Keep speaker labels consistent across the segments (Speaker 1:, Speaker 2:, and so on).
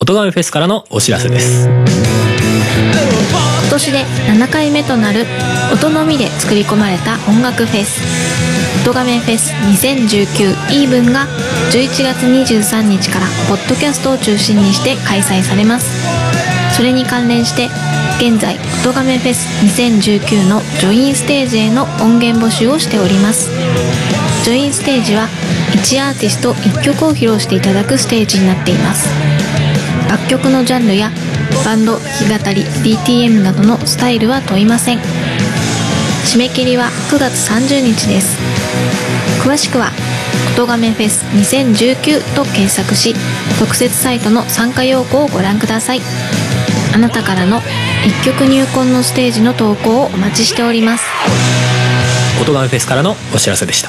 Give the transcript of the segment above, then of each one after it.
Speaker 1: 音亀フェスからのお知らせです。
Speaker 2: 今年で7回目となる音のみで作り込まれた音楽フェス音亀フェス2019イーブンが11月23日からポッドキャストを中心にして開催されますそれに関連して現在音亀フェス2019のジョインステージへの音源募集をしておりますジョインステージは1アーティスト1曲を披露していただくステージになっています楽曲のジャンルやバンド弾き語り DTM などのスタイルは問いません締め切りは9月30日です詳しくは「音亀フェス2019」と検索し特設サイトの参加要項をご覧くださいあなたからの一曲入魂のステージの投稿をお待ちしております
Speaker 1: 音亀フェスからのお知らせでした。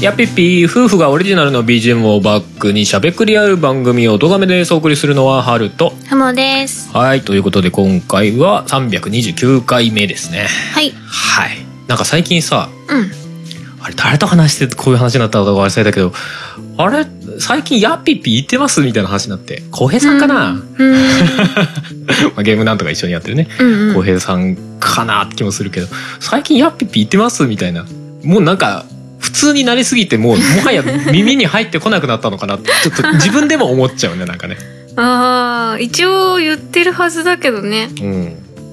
Speaker 1: やっぴっぴー夫婦がオリジナルの BGM をバックにしゃべくりある番組を動画めですお送りするのはハルと
Speaker 2: ハモです
Speaker 1: はいということで今回は329回目ですね
Speaker 2: はい
Speaker 1: はいなんか最近さ
Speaker 2: うん
Speaker 1: あれ誰と話してこういう話になったのか忘れたけどあれ最近やっぴっぴ言ってますみたいな話になって浩平さんかな、ま
Speaker 2: うん
Speaker 1: あ、ゲームなんとか一緒にやってるね
Speaker 2: うん う
Speaker 1: 浩
Speaker 2: ん
Speaker 1: 平さんかなって気もするけど最近やっぴっぴ言ってますみたいなもうなんか普通になりすぎてもうもはや耳に入ってこなくなったのかなってちょっと自分でも思っちゃうねなんかね、
Speaker 3: ああ一応言ってるはずだけどね
Speaker 1: うん、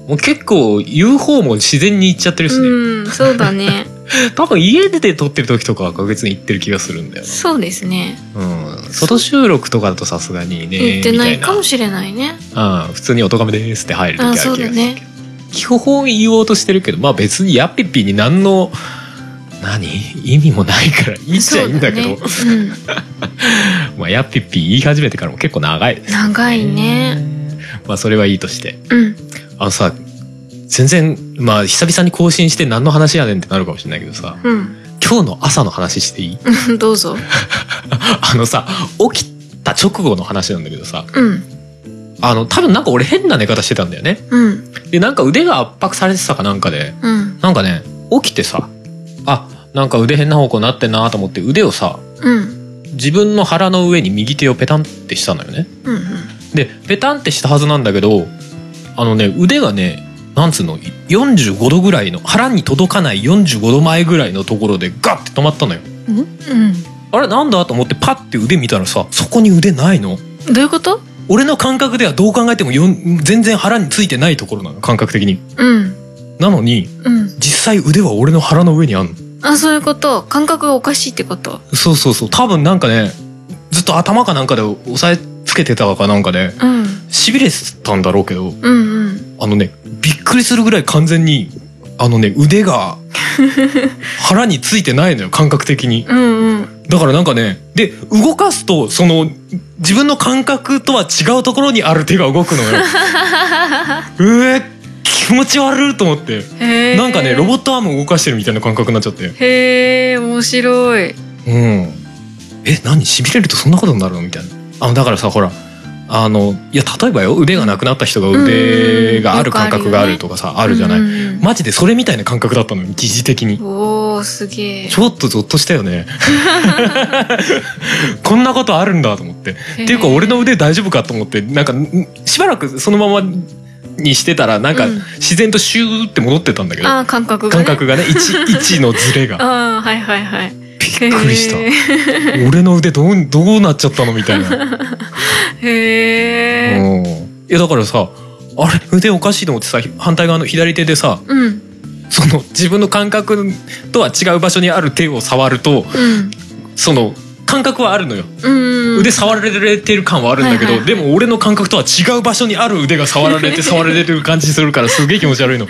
Speaker 1: もう結構言う方も自然に言っちゃってるしね、
Speaker 3: うんそうだ ね
Speaker 1: 多分家で撮ってる時とかは確実に言ってる気がするんだよ
Speaker 3: そうですね
Speaker 1: な、うん、外収録とかだとさすがにね
Speaker 3: 言ってないかも
Speaker 1: し
Speaker 3: しれないね
Speaker 1: れない、うん、普通に「おとがめです」って入る時あ
Speaker 3: あ
Speaker 1: る
Speaker 3: ー
Speaker 1: 気が
Speaker 3: そう
Speaker 1: するけ
Speaker 3: だ
Speaker 1: ど
Speaker 3: ね
Speaker 1: 基本言おうとしてるけどまあ別にやっぴっぴに何の何意味もないから言っちゃいいんだけど
Speaker 3: そうだね
Speaker 1: まあやっぴっぴ言い始めてからも結構長いで
Speaker 3: うん
Speaker 1: す、
Speaker 3: 長いね
Speaker 1: まあそれはいいとして
Speaker 3: うん
Speaker 1: あのさ全然まあ久々に更新して何の話やねんってなるかもしれないけどさ今日の朝の話していい
Speaker 3: うん どうぞ
Speaker 1: あのさ起きた直後の話なんだけどさ
Speaker 3: うん
Speaker 1: あの多分なんか俺変な寝方してたんだよね
Speaker 3: うん
Speaker 1: でなんか腕が圧迫されてたかなんかで
Speaker 3: うん
Speaker 1: なんかね起きてさあなんか腕変な方向になってんなと思って腕をさ
Speaker 3: うん
Speaker 1: 自分の腹の上に右手をペタンってしたのよね
Speaker 3: うん
Speaker 1: でペタンってしたはずなんだけどあのね腕がねなんつうの45度ぐらいの腹に届かない45度前ぐらいのところでガッて止まったのよ
Speaker 3: うん
Speaker 1: あれなんだと思ってパッて腕見たらさそこに腕ないの
Speaker 3: うんどういうこと
Speaker 1: 俺の感覚ではどう考えてもよん全然腹についてないところなの感覚的に
Speaker 3: うん
Speaker 1: なのに
Speaker 3: うん
Speaker 1: 実際腕は俺の腹の上にあんの
Speaker 3: あそういうこと感覚がおかしいってこと
Speaker 1: そうそうそう多分なんかねずっと頭かなんかで押さえつけてたかなんかで
Speaker 3: うん
Speaker 1: しびれてたんだろうけど
Speaker 3: うんうん
Speaker 1: あのねびっくりするぐらい完全にあのね腕が腹についてないのよ感覚的に
Speaker 3: うんうん
Speaker 1: だからなんかねで動かすとその自分の感覚とは違うところにある手が動くのようえ気持ち悪いと思って
Speaker 3: へえ
Speaker 1: なんかねロボットアームを動かしてるみたいな感覚になっちゃって
Speaker 3: へえ面白い
Speaker 1: うんえ何しびれるとそんなことになるのみたいなあのだからさほらあのいや例えばよ腕がなくなった人が腕がある
Speaker 3: うんうんう
Speaker 1: 感
Speaker 3: ん
Speaker 1: 覚があるとかさあるじゃない、
Speaker 3: うんうん
Speaker 1: マジでそれみたいな感覚だったのよ一時的に
Speaker 3: おおすげえ
Speaker 1: ちょっとゾッとしたよ ねこんなことあるんだと思ってっていうか俺の腕大丈夫かと思ってなんかんしばらくそのままにしてたらなんか
Speaker 3: うん
Speaker 1: 自然とシューって戻ってたんだけど、
Speaker 3: あー感覚が、
Speaker 1: 感
Speaker 3: ね、
Speaker 1: 覚がね位置位置のズレが
Speaker 3: ああはいはいはいびっ
Speaker 1: びっくりした
Speaker 3: へ
Speaker 1: 俺の腕どうどうなっちゃったのみたい な
Speaker 3: ーへー
Speaker 1: うんいやだからさあれ腕おかしいと思ってさ反対側の左手でさ
Speaker 3: うんうん
Speaker 1: その自分の感覚とは違う場所にある手を触るとその感覚はあるのよ、
Speaker 3: うん
Speaker 1: 腕触られてる感はあるんだけど、
Speaker 3: はいはいは
Speaker 1: で
Speaker 3: い
Speaker 1: も俺の感覚と は違う場所にある腕が触られて触られてる感じするからすげえ気持ち悪いの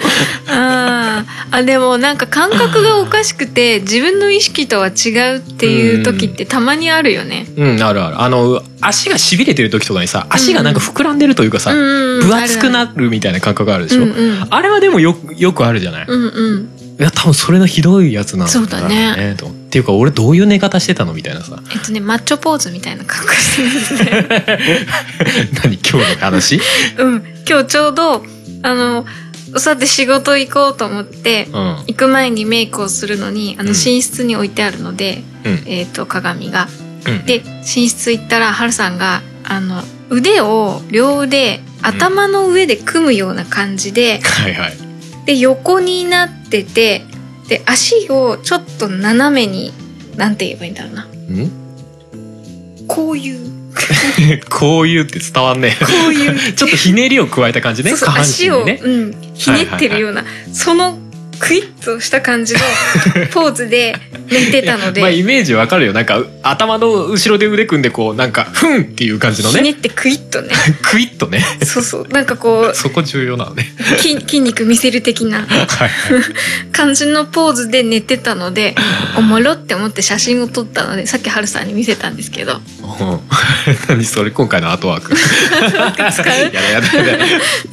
Speaker 3: あああでもなんか感覚がおかしくて自分の意識とは違うっていう時ってたまにあるよね。
Speaker 1: うんあるあるあの足がしびれてる時とかにさ足がなんか膨らんでるというかさ、
Speaker 3: うんうん、
Speaker 1: 分厚く
Speaker 3: っ
Speaker 1: なるみたいな感覚があるで
Speaker 3: で
Speaker 1: しょ、
Speaker 3: うんうん
Speaker 1: あれはでもよくよくあるじゃない、い
Speaker 3: うんうん、
Speaker 1: や多分それのひどいやつなん
Speaker 3: そうだね
Speaker 1: とっていうか俺どういう寝方してたのみたいな さ
Speaker 3: えっとねマッチョポーズみたいな格好してますね。
Speaker 1: 何今日の話
Speaker 3: うん、今日ちょうどあのさて仕事行こうと思って
Speaker 1: うん
Speaker 3: 行く前にメイクをするのにあ
Speaker 1: う
Speaker 3: の
Speaker 1: ん
Speaker 3: 寝室に置いてあるので、
Speaker 1: うん
Speaker 3: えっと鏡が。
Speaker 1: うん
Speaker 3: で寝室行ったらハルさんがあの腕を両腕頭の上で組むような感じで、
Speaker 1: はいはい
Speaker 3: で横になっててで足をちょっと斜めになんて言えばいいんだろうなんこういう
Speaker 1: こういうって伝わんね
Speaker 3: こういう
Speaker 1: え ちょっとひねりを加えた感じね
Speaker 3: そうそう
Speaker 1: 下半身
Speaker 3: 足を、
Speaker 1: にね
Speaker 3: うん、ひねってるような、そのクイッとした感 じのポーズで寝てたので、
Speaker 1: まあイメージわかるよなんか頭の後ろで腕組んでこうなんかふんっていう感じの
Speaker 3: ひね
Speaker 1: ね
Speaker 3: ってクイッとね
Speaker 1: クイッとね
Speaker 3: そうそうなんかこう
Speaker 1: そこ重要なのね
Speaker 3: 筋筋肉見せる的な
Speaker 1: はい
Speaker 3: 感じのポーズで寝てたのでおもろって思って写真を撮ったのでさっきハルさんに見せたんですけど
Speaker 1: はい、うん、 何それ今回のアートワーク
Speaker 3: 使う
Speaker 1: やだやだやだ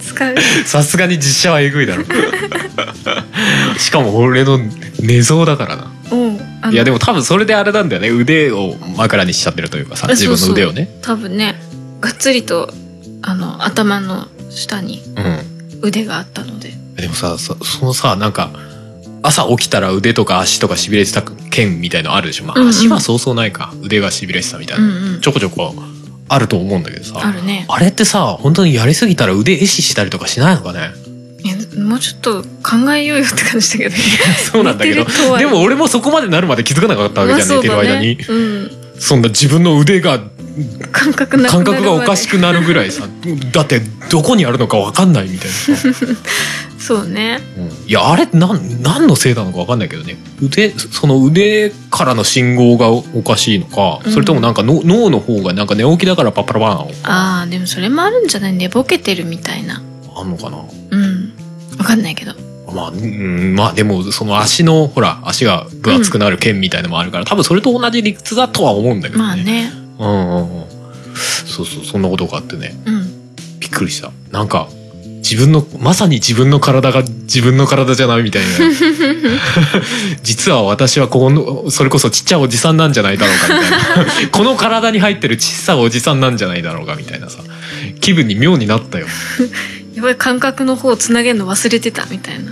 Speaker 3: 使う
Speaker 1: さすがに実写はえぐいだろしかも俺の寝相だからな
Speaker 3: うんあの
Speaker 1: いやでも多分それであれなんだよね腕を枕にしちゃってるというかさ自分の腕をね
Speaker 3: そうそう多分ねがっつりとあの頭の下に
Speaker 1: うん
Speaker 3: 腕があったので
Speaker 1: でもさそそのさなんか朝起きたら腕とか足とかしびれてた件みたいのあるでしょ、ま
Speaker 3: うん
Speaker 1: あ、
Speaker 3: うん
Speaker 1: 足はそうそうないか、腕がしびれてたみたいうな、
Speaker 3: んうん
Speaker 1: ちょこちょこあると思うんだけどさ
Speaker 3: あるね
Speaker 1: あれってさ本当にやりすぎたら腕壊死したりとかしないのか ね
Speaker 3: いやもうちょっと考えようよって感じだけどね
Speaker 1: そうなんだけど
Speaker 3: 寝てるとはい
Speaker 1: でも俺もそこまでなるまで気づかなかったわけじゃん、
Speaker 3: まあ
Speaker 1: 寝てる間に
Speaker 3: そうだね
Speaker 1: そんな自分の腕が
Speaker 3: うん、感覚なく
Speaker 1: 感
Speaker 3: なるまで
Speaker 1: 覚がおかしくなるぐらいさだってどこにあるのかわかんないみたいなさ、
Speaker 3: そうね
Speaker 1: うんいやあれなん何のせいなのかわかんないけどね腕その腕からの信号がおかしいのか、
Speaker 3: うん
Speaker 1: それともなんかの脳の方がなんか寝起きだからパッパラパーンを
Speaker 3: あーでもそれもあるんじゃない寝ぼけてるみたいな
Speaker 1: あんのかな
Speaker 3: うんわかんないけど
Speaker 1: まあ、うん、まあでもその足のほら足が分厚くなる剣みたいのもあるから、多分それと同じ理屈だとは思うんだけどね。
Speaker 3: まあね
Speaker 1: うんうんうん。そうそうそんなことがあってね
Speaker 3: うん
Speaker 1: びっくりした。なんか自分のまさに自分の体が自分の体じゃないみたいな。 実は私はこのそれこそちっちゃいおじさんなんじゃないだろうかみたい なこの体に入ってるちっさいおじさんなんじゃないだろうかみたいなさ気分に妙になったよ。
Speaker 3: やばい感覚の方をつなげるの忘れてたみたいな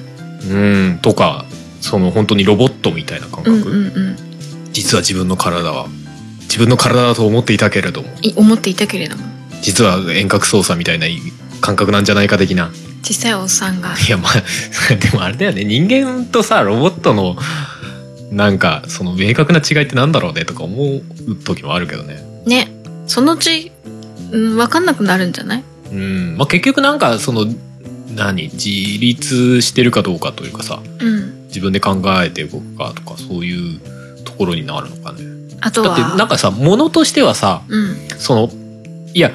Speaker 1: うんとかその本当にロボットみたいな感
Speaker 3: う
Speaker 1: 覚、
Speaker 3: んうんうん
Speaker 1: 実は自分の体は自分の体だと思っていたけれども
Speaker 3: い思っていたけれども
Speaker 1: 実は遠隔操作みたいな感覚なんじゃないか的な
Speaker 3: 小さいおっさんが
Speaker 1: いやまあ でもあれだよね人間とさロボットのなんかその明確な違いってなんだろうねとか思う時もあるけどね
Speaker 3: ねそのうち、うん、わかんなくなるんじゃない
Speaker 1: うんまあ結局なんかその何自立してるかどうかというかさ
Speaker 3: うん
Speaker 1: 自分で考えて動くかとかそういうところになるのかね
Speaker 3: あと
Speaker 1: だ
Speaker 3: は
Speaker 1: ってなんかさ物としてはさ
Speaker 3: うん
Speaker 1: そのいや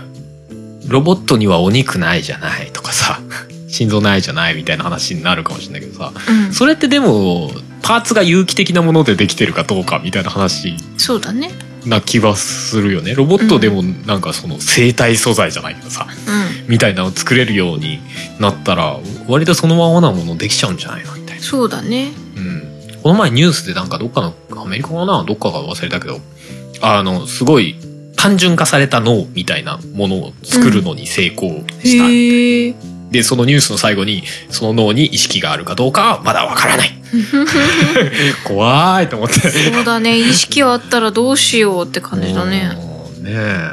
Speaker 1: ロボットにはお肉ないじゃないとかさ 心臓ないじゃないみたいな話になるかもしれないけどさ
Speaker 3: うんそ
Speaker 1: それってでもパーツが有機的なものでできてるかどうかみたいな話
Speaker 3: うだね
Speaker 1: な気はするよねロボットでもなんかその生体素材じゃないけどさ
Speaker 3: うん
Speaker 1: みたいなのを作れるようになったら割とそのままなものできちゃうんじゃないのみたいな、
Speaker 3: そうだね
Speaker 1: うん、この前ニュースでなんかどっかのアメリカかなどっかが忘れたけどあのすごい単純化された脳みたいなものを作るのに成功した、
Speaker 3: へえ
Speaker 1: でそのニュースの最後にその脳に意識があるかどうかはまだわから ない怖いと思って
Speaker 3: そうだね意識はあったらどうしようって感じだね
Speaker 1: うんねえ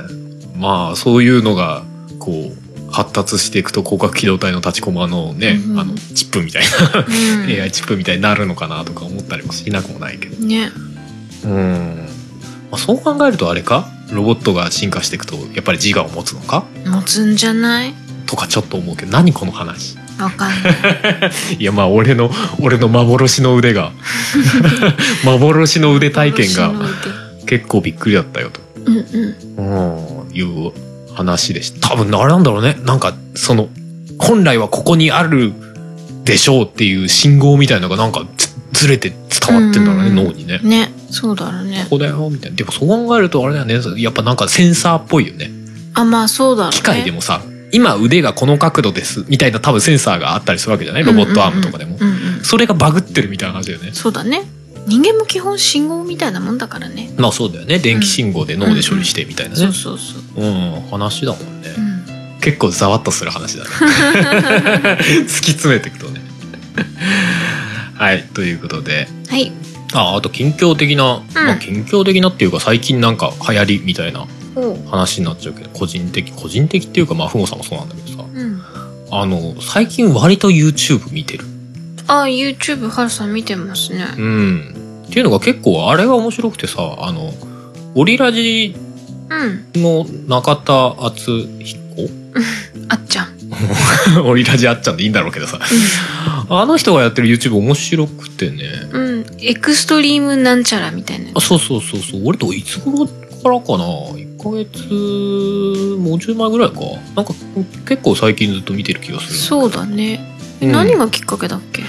Speaker 1: まあそういうのがこう発達していくと広角機動隊の立ちコマのね、
Speaker 3: うん
Speaker 1: あのチップみたいな、AI チップみたいになるのかなとか思ったりもしなくもないけど
Speaker 3: うんね
Speaker 1: うん、まあ、そう考えるとあれかロボットが進化していくとやっぱり自我を持つのか
Speaker 3: 持つんじゃない
Speaker 1: とかちょっと思うけど何この話
Speaker 3: わかんない
Speaker 1: いやまあ俺の俺の幻の腕が 幻の腕 体験
Speaker 3: 私
Speaker 1: が
Speaker 3: の腕
Speaker 1: 結構びっくりだったよと
Speaker 3: うんうん
Speaker 1: うん、いう話でした。多分あれなんだろうね。なんか、その、本来はここにあるでしょうっていう信号みたいなのがなんかずずれて伝わってんだろうね、
Speaker 3: うんうん
Speaker 1: 脳にね。
Speaker 3: ねそうだろうね
Speaker 1: ここだよみたいなでもそう考えるとあれだよねやっぱなんかセンサーっぽいよね
Speaker 3: あまあそうだろうね
Speaker 1: 機械でもさ今腕がこの角度ですみたいな多分センサーがあったりするわけじゃないロボットアームとかでも、
Speaker 3: うんうんうんうん
Speaker 1: それがバグってるみたいな感じだよね
Speaker 3: そうだね人間も基本信号みたいなもんだからね
Speaker 1: まあそうだよね電気信号で脳で処理してみたいな
Speaker 3: そ
Speaker 1: ね
Speaker 3: うそうそう、
Speaker 1: うん、話だもんね、
Speaker 3: うん、
Speaker 1: 結構ざわっとする話だ ね突き詰めていくとねはいということで
Speaker 3: はい
Speaker 1: ああと近況的な、まあ、近況的なっていうか最近なんか流行りみたいな
Speaker 3: おう
Speaker 1: 話になっちゃうけど個人的個人的っていうかまあふもさんもそうなんだけどさ
Speaker 3: うん
Speaker 1: あの最近割と YouTube 見てる
Speaker 3: あ YouTube ハルさん見てますね
Speaker 1: うんっていうのが結構あれが面白くてさあのオリラジ
Speaker 3: うん
Speaker 1: の中田敦彦
Speaker 3: あっちゃん
Speaker 1: オリラジあっちゃんでいいんだろうけどさあの人がやってる YouTube 面白くてね
Speaker 3: うんエクストリームなんちゃらみたいな
Speaker 1: あそうそうそうそう俺といつ頃からかな1ヶ月もうちょい前ぐらいかなんか結構最近ずっと見てる気がする
Speaker 3: そうだね、え
Speaker 1: うん
Speaker 3: 何がきっかけだっけ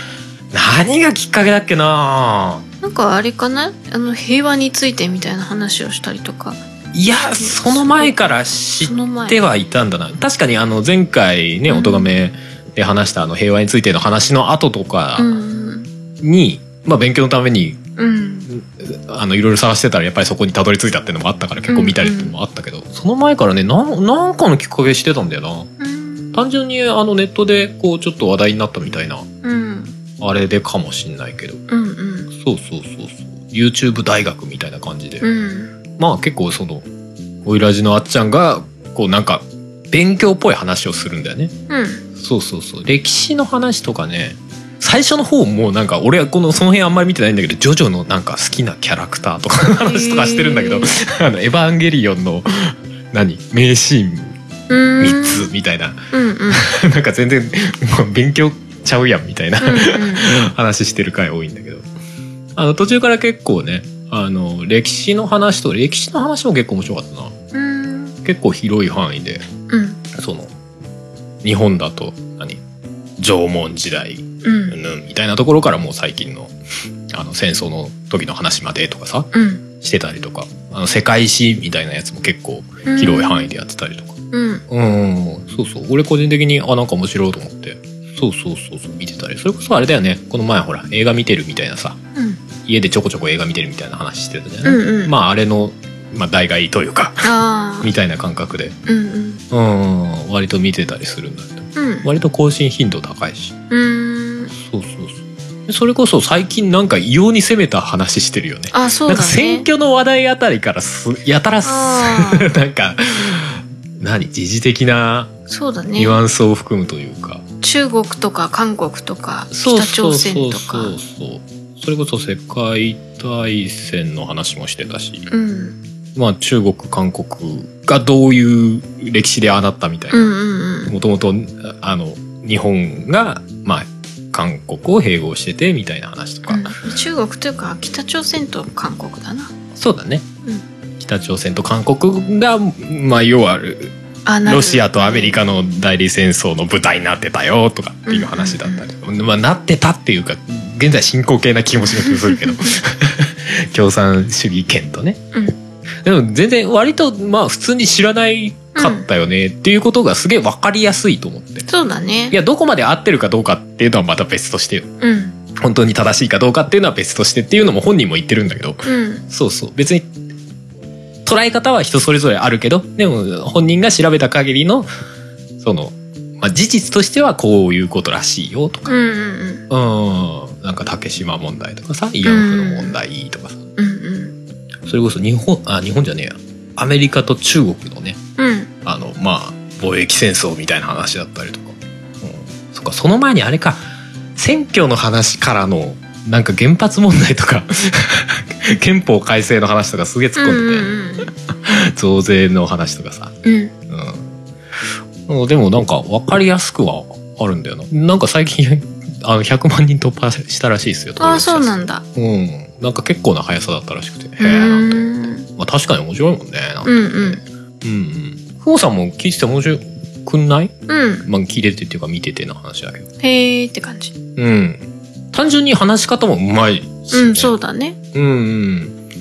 Speaker 1: 何がきっかけだっけな
Speaker 3: なんかあれかなあの平和についてみたいな話をしたりとか
Speaker 1: いやその前から知っ
Speaker 3: その前
Speaker 1: てはいたんだな確かにあの前回ね
Speaker 3: うん
Speaker 1: おとがめで話したあの平和についての話の後とか
Speaker 3: うん
Speaker 1: に、まあ、勉強のために
Speaker 3: うん
Speaker 1: あのいろいろ探してたらやっぱりそこにたどり着いたっていうのもあったから結構見たりっていうのもあったけど、その前からねなんなんかのきっかけしてたんだよな
Speaker 3: うん
Speaker 1: 単純にあのネットでこうちょっと話題になったみたいな
Speaker 3: うん
Speaker 1: あれでかもしんないけど
Speaker 3: うんうん
Speaker 1: そうそうそうそう YouTube 大学みたいな感じで、
Speaker 3: うん
Speaker 1: まあ結構そのおいらじのあっちゃんがこうなんか勉強っぽい話をするんだよね
Speaker 3: うん
Speaker 1: そうそうそう歴史の話とかね最初の方もうなんか俺はこのその辺あんまり見てないんだけどジョジョのなんか好きなキャラクターとかの話とかしてるんだけど、
Speaker 3: へ
Speaker 1: あのエヴァンゲリオンの何名シーン
Speaker 3: うん
Speaker 1: 3つみたいな、
Speaker 3: うんうんうん
Speaker 1: なんか全然もう勉強ちゃうやんみたいな、
Speaker 3: うん
Speaker 1: 話してる回多いんだけどあの途中から結構ねあの歴史の話と歴史の話も結構面白かったな
Speaker 3: うん
Speaker 1: 結構広い範囲で
Speaker 3: うん
Speaker 1: その日本だと何縄文時代
Speaker 3: うん
Speaker 1: うんぬんみたいなところからもう最近のあの戦争の時の話までとかさ
Speaker 3: うん
Speaker 1: してたりとかあの世界史みたいなやつも結構広い範囲でやってたりとか
Speaker 3: うん
Speaker 1: うん、うん、そうそう俺個人的にあなんか面白いと思ってそうそうそうそう見てたりそれこそあれだよねこの前ほら映画見てるみたいなさ
Speaker 3: うん
Speaker 1: 家でちょこちょこ映画見てるみたいな話してたじゃ
Speaker 3: う
Speaker 1: ない、
Speaker 3: んうん
Speaker 1: まああれの、まあ、代替というか
Speaker 3: ああ
Speaker 1: みたいな感覚で
Speaker 3: うんうん
Speaker 1: うんうん割と見てたりするんだけど
Speaker 3: うん
Speaker 1: 割と更新頻度高いし
Speaker 3: うん
Speaker 1: そうそうそうでそれこそ最近なんか異様に攻めた話してるよね
Speaker 3: あそう
Speaker 1: なん
Speaker 3: だ
Speaker 1: か
Speaker 3: ね
Speaker 1: 選挙の話題あたりからすやたらす
Speaker 3: あ ー
Speaker 1: なんか何時事的な
Speaker 3: そうだね
Speaker 1: ニュアンスを含むというか、
Speaker 3: 中国とか韓国とか
Speaker 1: そう
Speaker 3: 北
Speaker 1: そうそ
Speaker 3: 朝鮮
Speaker 1: う
Speaker 3: とか
Speaker 1: そうそうそれこそ世界大戦の話もしてたし、
Speaker 3: うん
Speaker 1: まあ中国韓国がどういう歴史でああなったみたい
Speaker 3: うん
Speaker 1: な
Speaker 3: うんうん
Speaker 1: もともとあの日本がまあ韓国を併合しててみたいな話とか、
Speaker 3: うん中国というか北朝鮮と韓国だな
Speaker 1: そうだね、
Speaker 3: う
Speaker 1: 北朝鮮と韓国がまあ要は
Speaker 3: あなる
Speaker 1: ロシアとアメリカの代理戦争の舞台になってたよとかっていう話だったり、まあ、なってたっていうか現在進行形な気もしなくするけど共産主義圏とね、でも全然割とまあ普通に知らないかったよねっていうことがすげえ分かりやすいと思って。
Speaker 3: そうだね
Speaker 1: いやどこまで合ってるかどうかっていうのはまた別としてよ
Speaker 3: うん
Speaker 1: 本当に正しいかどうかっていうのは別としてっていうのも本人も言ってるんだけど
Speaker 3: うん
Speaker 1: そうそう別に捉え方は人それぞれあるけどでも本人が調べた限りのその、まあ、事実としてはこういうことらしいよとか
Speaker 3: うんうん
Speaker 1: うんなんか竹島問題とかさ慰安婦の問題とかさ
Speaker 3: うんうん
Speaker 1: それこそ日本あ日本じゃねえやアメリカと中国のね
Speaker 3: うん
Speaker 1: あのまあ貿易戦争みたいな話だったりとか、うん、そっかその前にあれか選挙の話からのなんか原発問題とか 憲法改正の話とかすげえ突っ込んでたよね。増税の話とかさ、
Speaker 3: うんうん
Speaker 1: うん、でもなんか分かりやすくはあるんだよななんか最近 あの100万人突破したらしいですよ
Speaker 3: ああそうなんんだ
Speaker 1: うんなんか結構な速さだったらしくてへ
Speaker 3: う
Speaker 1: え
Speaker 3: ん
Speaker 1: なんて、まあ、確かに面白いもんねなん
Speaker 3: う
Speaker 1: て
Speaker 3: んうん
Speaker 1: うんうんふもさんも聞いてて面白くない
Speaker 3: うん。
Speaker 1: まあ聞いててっていうか見てての話だけど。
Speaker 3: へーって感じ。
Speaker 1: うん。単純に話し方もうまいし、
Speaker 3: うん、そうだね。
Speaker 1: うんう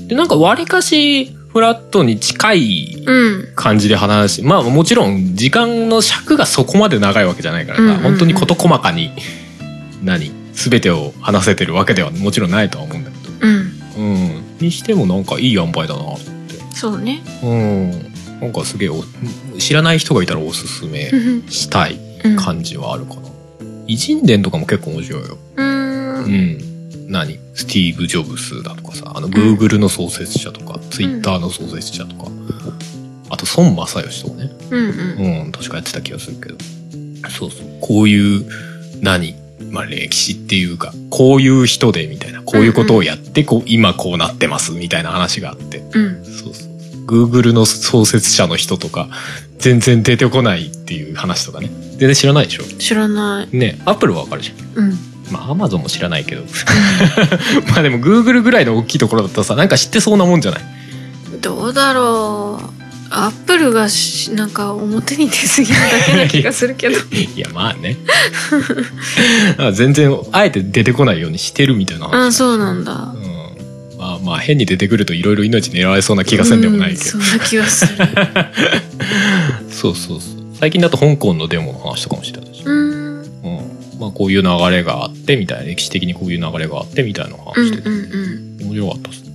Speaker 1: ん。で、なんか割かしフラットに近い
Speaker 3: うん。
Speaker 1: 感じで話し、まあもちろん時間の尺がそこまで長いわけじゃないからさ、
Speaker 3: うんうんうん
Speaker 1: 本当に事細かに、何、すべてを話せてるわけではもちろんないとは思うんだけど。
Speaker 3: うん。
Speaker 1: うん。にしてもなんかいい塩梅だな。
Speaker 3: そうね。
Speaker 1: うん。なんかすげえお、知らない人がいたらおすすめ
Speaker 3: うん。
Speaker 1: したい感じはあるかな。偉人伝とかも結構面白いよ。
Speaker 3: う。
Speaker 1: うんん、何スティーブ・ジョブスだとかさあのグーグルの創設者とか、ツイッターの創設者とか、あと孫正義とかね
Speaker 3: うん。うん。
Speaker 1: うん確かやってた気がするけどそうそうこういう何まあ歴史っていうかこういう人でみたいなこういうことをやってこう今こうなってますみたいな話があって
Speaker 3: うん。
Speaker 1: そうそう Google の創設者の人とか全然出てこないっていう話とかね全然知らないでしょ
Speaker 3: 知らない。
Speaker 1: ねアップルはわかるじゃん
Speaker 3: うん。
Speaker 1: まあアマゾンも知らないけど まあでもグーグルぐらいの大きいところだったらさなんか知ってそうなもんじゃない
Speaker 3: どうだろう。アップルがしなんか表に出過ぎなだけな気がするけど。
Speaker 1: いやまあ ねあ全然あえて出てこないようにしてるみたいな話
Speaker 3: あ、そうなんだ。
Speaker 1: うんまあまあ変に出てくるといろいろ命狙われそうな気がせんでもないけ
Speaker 3: う
Speaker 1: ど、
Speaker 3: んそんな気はす る。
Speaker 1: そうそうそう最近だと香港のデモの話とかもしてたし、
Speaker 3: うん。うん
Speaker 1: うんまあ、こういう流れがあってみたいな歴史的にこういう流れがあってみたいな話
Speaker 3: うん
Speaker 1: してて、
Speaker 3: うん
Speaker 1: 面白かったっすね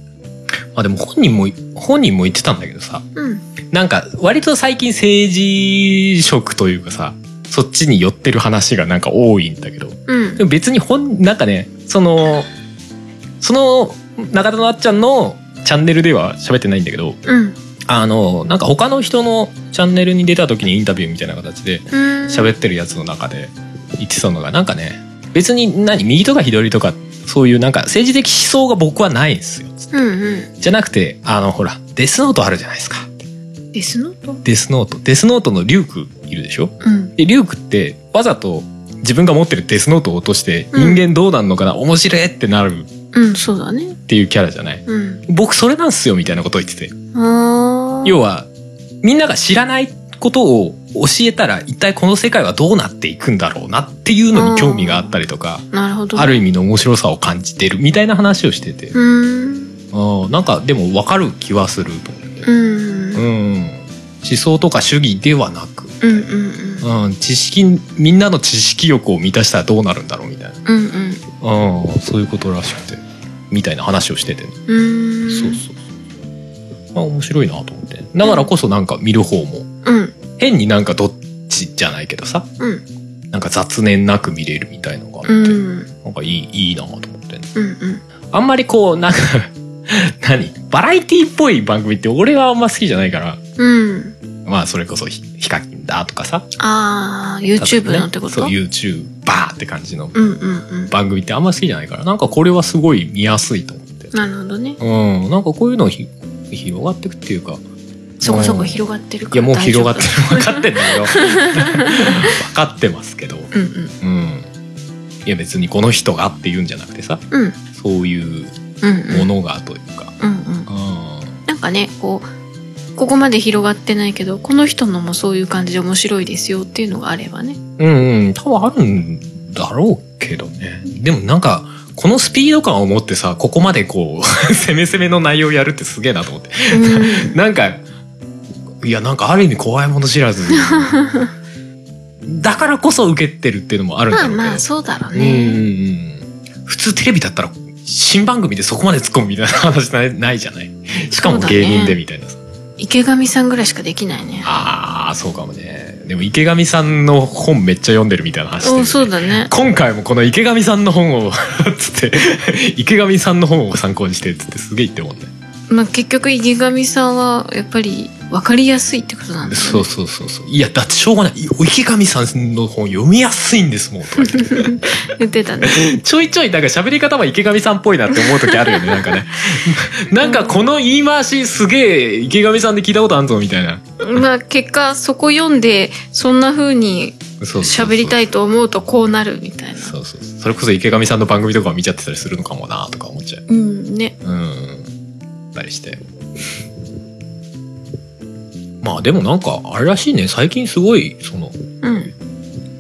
Speaker 1: まあでも本人も本人も言ってたんだけどさ、
Speaker 3: うん。
Speaker 1: なんか割と最近政治色というかさそっちに寄ってる話がなんか多いんだけど
Speaker 3: うん
Speaker 1: で。も別に本なんかねそのその中田のあっちゃんのチャンネルでは喋ってないんだけど
Speaker 3: うん。
Speaker 1: あのなんか他の人のチャンネルに出た時にインタビューみたいな形で
Speaker 3: うん。
Speaker 1: 喋ってるやつの中で言ってたのがなんかね別に何右とか左とかそういうなんか政治的思想が僕はないんですよ
Speaker 3: うんう
Speaker 1: じゃなくてあのほらデスノートあるじゃないですか。
Speaker 3: ん。デスノート
Speaker 1: デスノートデスノートのリュークいるでしょ
Speaker 3: うん。
Speaker 1: でリュークってわざと自分が持ってるデスノートを落として人
Speaker 3: うん
Speaker 1: 間どうなんのかな、面白いってなるっ
Speaker 3: うん、そうだね。
Speaker 1: ていうキャラじゃない
Speaker 3: うん。
Speaker 1: 僕それなんすよみたいなことを言ってて
Speaker 3: ああ。
Speaker 1: 要はみんなが知らないことを教えたら一体この世界はどうなっていくんだろうなっていうのに興味があったりとか
Speaker 3: なるほど。
Speaker 1: ある意味の面白さを感じてるみたいな話をしてて、
Speaker 3: うーん。
Speaker 1: うん、なんかでも分かる気はすると思って、
Speaker 3: うん。う
Speaker 1: うんん、思想とか主義ではなく
Speaker 3: うんうん。
Speaker 1: うん、知識みんなの知識欲を満たしたらどうなるんだろうみたいな、
Speaker 3: うんうん。
Speaker 1: うん、そういうことらしくてみたいな話をしてて、
Speaker 3: うーん。
Speaker 1: そうそうそうまあ面白いなと思ってだからこそなんか見る方も
Speaker 3: うん。
Speaker 1: 変になんかどっちじゃないけどさ
Speaker 3: うん。
Speaker 1: なんか雑念なく見れるみたいのがあって、
Speaker 3: うん。
Speaker 1: なんかいいいいなと思って
Speaker 3: うんうん。
Speaker 1: あんまりこうなんか 何バラエティっぽい番組って俺はあんま好きじゃないから
Speaker 3: うん。
Speaker 1: まあそれこそヒヒカキンだとかさ
Speaker 3: ああ、YouTube のってこと
Speaker 1: そう YouTuber って感じの
Speaker 3: うんうんうん。
Speaker 1: 番組ってあんま好きじゃないからなんかこれはすごい見やすいと思って
Speaker 3: なるほどね。
Speaker 1: うんなんかこういうのひ広がってくっていうか
Speaker 3: そこそこ広がってる
Speaker 1: い
Speaker 3: か
Speaker 1: や
Speaker 3: ら
Speaker 1: もう
Speaker 3: 大
Speaker 1: 広
Speaker 3: 丈夫
Speaker 1: がってる 分かってんだけど分かってますけど
Speaker 3: うん
Speaker 1: うんいや別にこの人がっていうんじゃなくてさ
Speaker 3: うん。うん。
Speaker 1: そういう
Speaker 3: うんう
Speaker 1: も
Speaker 3: ん。
Speaker 1: のがというか、
Speaker 3: うんうん。
Speaker 1: う
Speaker 3: なんかね、こう、ここまで広がってないけど、この人のもそういう感じで面白いですよっていうのがあればね。
Speaker 1: ん、うんうん多分あるんだろうけどねでもなんかこのスピード感を持ってさここまでこう 攻め攻めの内容やるってすげえなと思って
Speaker 3: うん。
Speaker 1: なんかいやなんかある意味怖いもの知らずだからこそ受けてるっていうのもあるんだろ
Speaker 3: まあ
Speaker 1: うけど、
Speaker 3: まあ、そうだろう
Speaker 1: うんうん
Speaker 3: ね。
Speaker 1: うん普通テレビだったら新番組でそこまで突っ込むみたいな話ないないじゃないしかも
Speaker 3: そうだね
Speaker 1: 芸人でみたいなさ、
Speaker 3: 池上さんぐらいしかできないね。
Speaker 1: ああそうかもねでも池上さんの本めっちゃ読んでるみたいな話してる
Speaker 3: おそうだね。
Speaker 1: 今回もこの池上さんの本をつって池上さんの本を参考にしてっつってすげえ言ってもんね
Speaker 3: まあ結局池上さんはやっぱり分かりやすいってことなんだよね。
Speaker 1: そうそうそうそういやだってしょうがないい池上さんの本読みやすいんですもんとか言って
Speaker 3: 言ってたね。
Speaker 1: ちょいちょいなんか喋り方は池上さんっぽいなって思う時あるよねなんか ねなんかこの言い回しすげえ池上さんで聞いたことあんぞみたいな
Speaker 3: まあ結果そこ読んでそんな風に
Speaker 1: そうそうそう
Speaker 3: 喋りたいと思うとこうなるみたいな。
Speaker 1: そうそうそうそれこそ池上さんの番組とかを見ちゃってたりするのかもなとか思っちゃう
Speaker 3: うんね。
Speaker 1: うんたりして まあでもなんかあれらしいね最近すごいその
Speaker 3: うん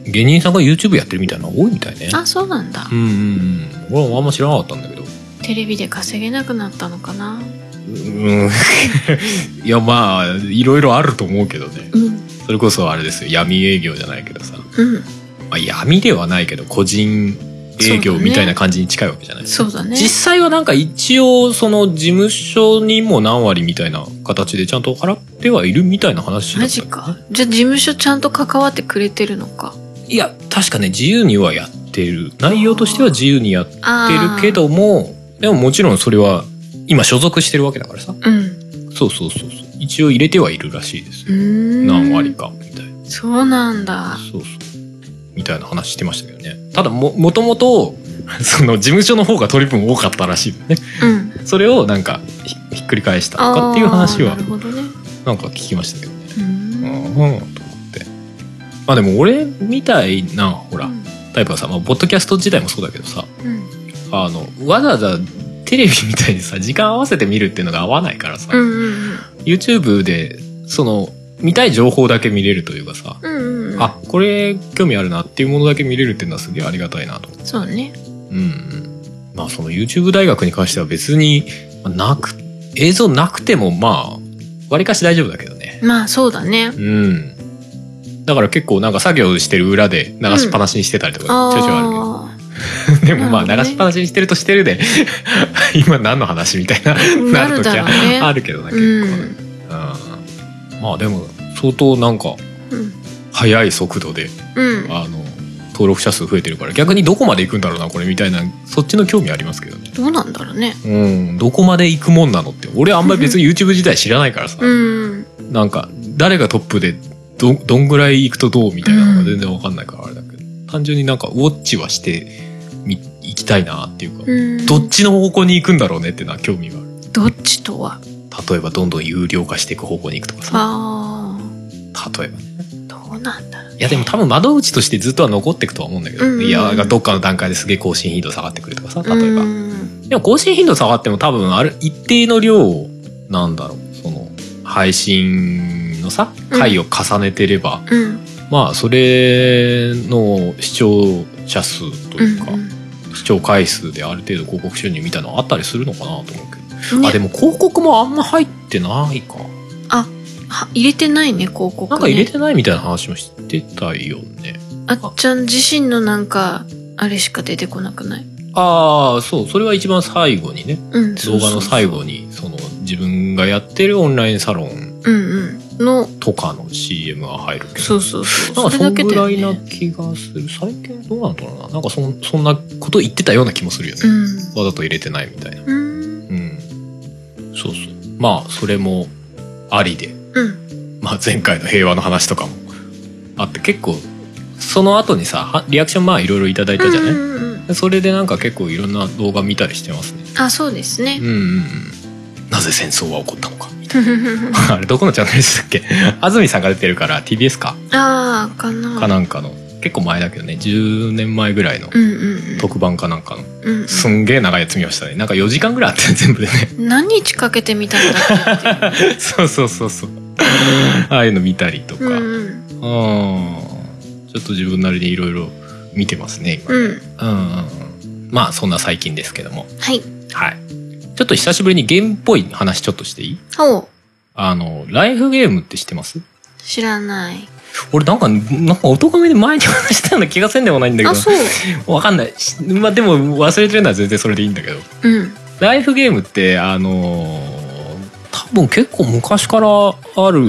Speaker 1: 芸人さんが YouTube やってるみたいなの多いみたいね
Speaker 3: あそうなんだ
Speaker 1: うんうんうん俺もあんま知らなかったんだけど
Speaker 3: テレビで稼げなくなったのかな
Speaker 1: うん いやまあいろいろあると思うけどね
Speaker 3: うん
Speaker 1: それこそあれですよ闇営業じゃないけどさ、
Speaker 3: うん
Speaker 1: まあ、闇ではないけど個人営業みたいな感じに近いわけじゃないですか
Speaker 3: そうだね
Speaker 1: 実際はなんか一応その事務所にも何割みたいな形でちゃんと払ってはいるみたいな話だ
Speaker 3: マ
Speaker 1: った
Speaker 3: ジかじゃあ事務所ちゃんと関わってくれてるのか
Speaker 1: いや確かね自由にはやってる内容としては自由にやってる
Speaker 3: あー
Speaker 1: けどもでももちろんそれは今所属してるわけだからさ
Speaker 3: うん
Speaker 1: そうそうそうそう一応入れてはいるらしいです
Speaker 3: うー
Speaker 1: よ
Speaker 3: ん
Speaker 1: 何割かみたいな
Speaker 3: そうなんだ
Speaker 1: そうそうみたいな話してましたけどねただももともと その事務所の方が取り分多かったらしいのね
Speaker 3: うん
Speaker 1: それをなんかひひっくり返したとかっていう話
Speaker 3: あー
Speaker 1: は
Speaker 3: なるほどね
Speaker 1: なんか聞きましたけどね
Speaker 3: う
Speaker 1: うんう
Speaker 3: ん
Speaker 1: んと思ってまあでも俺みたいなほらタイプはさ、まあ、ポッドキャスト自体もそうだけどさ
Speaker 3: うん
Speaker 1: あのわざわざテレビみたいにさ時間合わせて見るっていうのが合わないからさ、
Speaker 3: うんうん
Speaker 1: YouTube でその見たい情報だけ見れるというかさ、
Speaker 3: うんうんうん
Speaker 1: あこれ興味あるなっていうものだけ見れるっていうのはすげえありがたいなと思って
Speaker 3: そうね
Speaker 1: うんうんまあその YouTube 大学に関しては別にまあなく映像なくてもまあわりかし大丈夫だけどね
Speaker 3: まあそうだね
Speaker 1: うんだから結構なんか作業してる裏で流しっぱなしにしてたりとかちょいちょいあるけど、
Speaker 3: あ
Speaker 1: でもまあ
Speaker 3: なる
Speaker 1: 流
Speaker 3: ほどね
Speaker 1: しっぱなしにしてるとしてるで 今何の話みたいな
Speaker 3: ー
Speaker 1: な
Speaker 3: な
Speaker 1: る
Speaker 3: る
Speaker 1: 時
Speaker 3: だろうね
Speaker 1: はあるけどな
Speaker 3: う
Speaker 1: 結構ね、
Speaker 3: ん
Speaker 1: うんまあでも相当なんか
Speaker 3: うん
Speaker 1: 速い速度で
Speaker 3: うん
Speaker 1: あの登録者数増えてるから逆にどこまで行くんだろうなこれみたいなそっちの興味ありますけどね
Speaker 3: どうなんだろうね
Speaker 1: うんどこまで行くもんなのって俺あんまり別 に YouTube 自体知らないからさ、
Speaker 3: うん
Speaker 1: なんか誰がトップでどどんぐらい行くとどうみたいなのが全然わかんないからあれだけど、単純になんかウォッチはしてみ行きたいなっていうか、
Speaker 3: うん
Speaker 1: どっちの方向に行くんだろうねっていうのは興味がある
Speaker 3: どっちとは
Speaker 1: 例えばどんどん有料化していく方向に行くとかさ
Speaker 3: あ
Speaker 1: 例えばね
Speaker 3: あどうなんだろう
Speaker 1: いやでも多分窓口としてずっとは残っていくとは思うんだけど、
Speaker 3: うんうん
Speaker 1: いやどっかの段階ですげえ更新頻度下がってくるとかさ例えば、
Speaker 3: うん
Speaker 1: でも更新頻度下がっても多分ある一定の量をなんだろうその配信のさ回を重ねてれば、
Speaker 3: うん
Speaker 1: まあそれの視聴者数と
Speaker 3: う
Speaker 1: いうんか、視聴回数である程度広告収入みたいなのあったりするのかなと思うけど、
Speaker 3: ね
Speaker 1: あでも広告もあんま入ってないか
Speaker 3: は入れてないね広告ね
Speaker 1: なんか入れてないみたいな話もしてたよね
Speaker 3: あっちゃん自身のなんかあれしか出てこなくない
Speaker 1: ああそうそれは一番最後にね
Speaker 3: うん
Speaker 1: 動画の最後
Speaker 3: に
Speaker 1: にその自分がやってるオンラインサロン
Speaker 3: うんうんの
Speaker 1: とかの CM が入るけど
Speaker 3: そうそうそう
Speaker 1: なんかそ
Speaker 3: れ
Speaker 1: ん
Speaker 3: だけ
Speaker 1: ぐ
Speaker 3: だよ
Speaker 1: らいな
Speaker 3: ね
Speaker 1: 気がする最近どうなんだろうななんかそんそんなこと言ってたような気もするよね、わざと入れてないみたいな
Speaker 3: うん
Speaker 1: うん、そうそうまあそれもありで、
Speaker 3: うん
Speaker 1: まあ、前回の平和の話とかもあって結構その後にさはリアクションまあいろいろいただいたじゃない、
Speaker 3: うんうんうんうん
Speaker 1: それでなんか結構いろんな動画見たりしてますね
Speaker 3: あそうです
Speaker 1: う
Speaker 3: ね
Speaker 1: んうんうんなぜ戦争は起こったのかみたいな あれどこのチャンネルでしたっけ 安住さんが出てるから TBS か
Speaker 3: ああかな
Speaker 1: かなんかの結構前だけどね10年前ぐらいの
Speaker 3: うんうん
Speaker 1: 特番かなんかの
Speaker 3: うんうん
Speaker 1: すんげえ長いやつ見ましたねなんか4時間ぐらいあって全部でね
Speaker 3: 何日かけてみたんだっけって
Speaker 1: そうそうそうそう。ああいうの見たりとか。
Speaker 3: いうう
Speaker 1: うん。
Speaker 3: んうん
Speaker 1: ちょっと自分なりにいろいろ見てますね、今。
Speaker 3: うん
Speaker 1: うんうんうん。まあ、そんな最近ですけども。
Speaker 3: はい
Speaker 1: はい。ちょっと久しぶりにゲームっぽい話ちょっとしていい
Speaker 3: ほう
Speaker 1: あの、ライフゲームって知ってます
Speaker 3: 知らない
Speaker 1: 俺なんか、なんか男目で前に話したような気がせんでもないんだ
Speaker 3: あ
Speaker 1: け
Speaker 3: そう
Speaker 1: ど。わかんない。しまあでも忘れてるのは全然それでいいんだけど。
Speaker 3: うん
Speaker 1: ライフゲームってあのー多分結構昔からある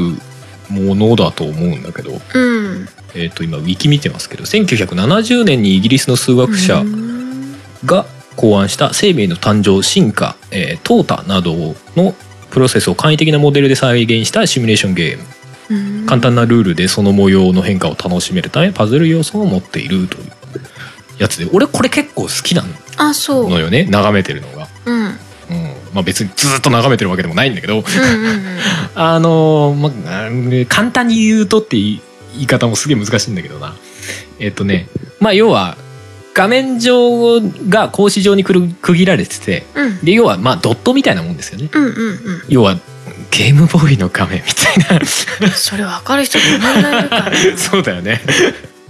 Speaker 1: ものだと思うんだけど、
Speaker 3: うん
Speaker 1: えっと今ウィキ見てますけど1970年にイギリスの数学者
Speaker 3: うん
Speaker 1: が考案した生命の誕生進化、えー淘汰などのプロセスを簡易的なモデルで再現したシミュレーションゲーム
Speaker 3: うん
Speaker 1: 簡単なルールでその模様の変化を楽しめるためパズル要素を持っているというやつで俺これ結構好きな
Speaker 3: あそう
Speaker 1: のよね眺めてるのが。
Speaker 3: うんうん
Speaker 1: うんまあ、別にずっと眺めてるわけでもないんだけど、
Speaker 3: うんうん
Speaker 1: あのーまあうん、簡単に言うとって言い言い方もすげえ難しいんだけどな。えっとね、まあ要は、画面上が格子状にくる区切られてて、
Speaker 3: うん
Speaker 1: で、要はまあドットみたいなもんですよね。
Speaker 3: うんうんうん
Speaker 1: 要は、ゲームボーイの画面みたいな
Speaker 3: それ分かる人どんないるから
Speaker 1: そうだよね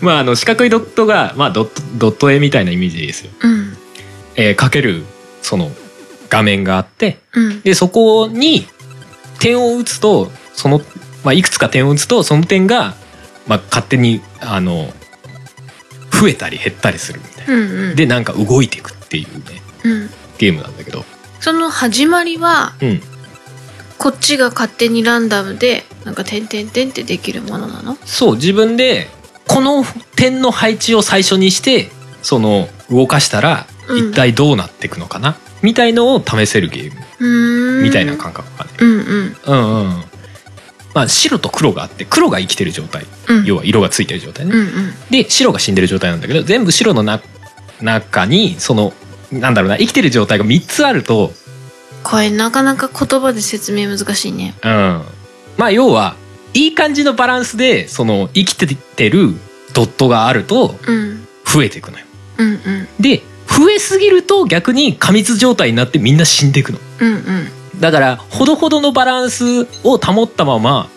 Speaker 1: まああの四角いドットが、まあ、ドットドット絵みたいなイメージですよ、
Speaker 3: うん
Speaker 1: えーかけるその画面があって
Speaker 3: うん
Speaker 1: でそこに点を打つとその、まあ、いくつか点を打つとその点が、まあ、勝手にあの増えたり減ったりするみたいな、
Speaker 3: うんうん
Speaker 1: でなんか動いていくっていうね
Speaker 3: うん
Speaker 1: ゲームなんだけど、
Speaker 3: その始まりは
Speaker 1: うん、
Speaker 3: こっちが勝手にランダムでなんか点点点ってできるものなの
Speaker 1: そう自分でこの点の配置を最初にしてその動かしたら
Speaker 3: うん
Speaker 1: 一体どうなっていくのかな、みたいのを試せるゲーム
Speaker 3: うーん
Speaker 1: みたいな感覚がね、
Speaker 3: うんうん
Speaker 1: うんうんまあ白と黒があって黒が生きてる状態
Speaker 3: うん
Speaker 1: 要は色がついてる状態ね、
Speaker 3: うんうん
Speaker 1: で白が死んでる状態なんだけど全部白のな中にそのなんだろうな生きてる状態が3つあると
Speaker 3: これなかなか言葉で説明難しいね
Speaker 1: うんまあ要はいい感じのバランスでその生きててるドットがあると
Speaker 3: うん
Speaker 1: 増えていくのよ
Speaker 3: うんうん
Speaker 1: で増えすぎると逆に過密状態になってみんな死んでいくの
Speaker 3: うんうん
Speaker 1: だからほどほどのバランスを保ったまま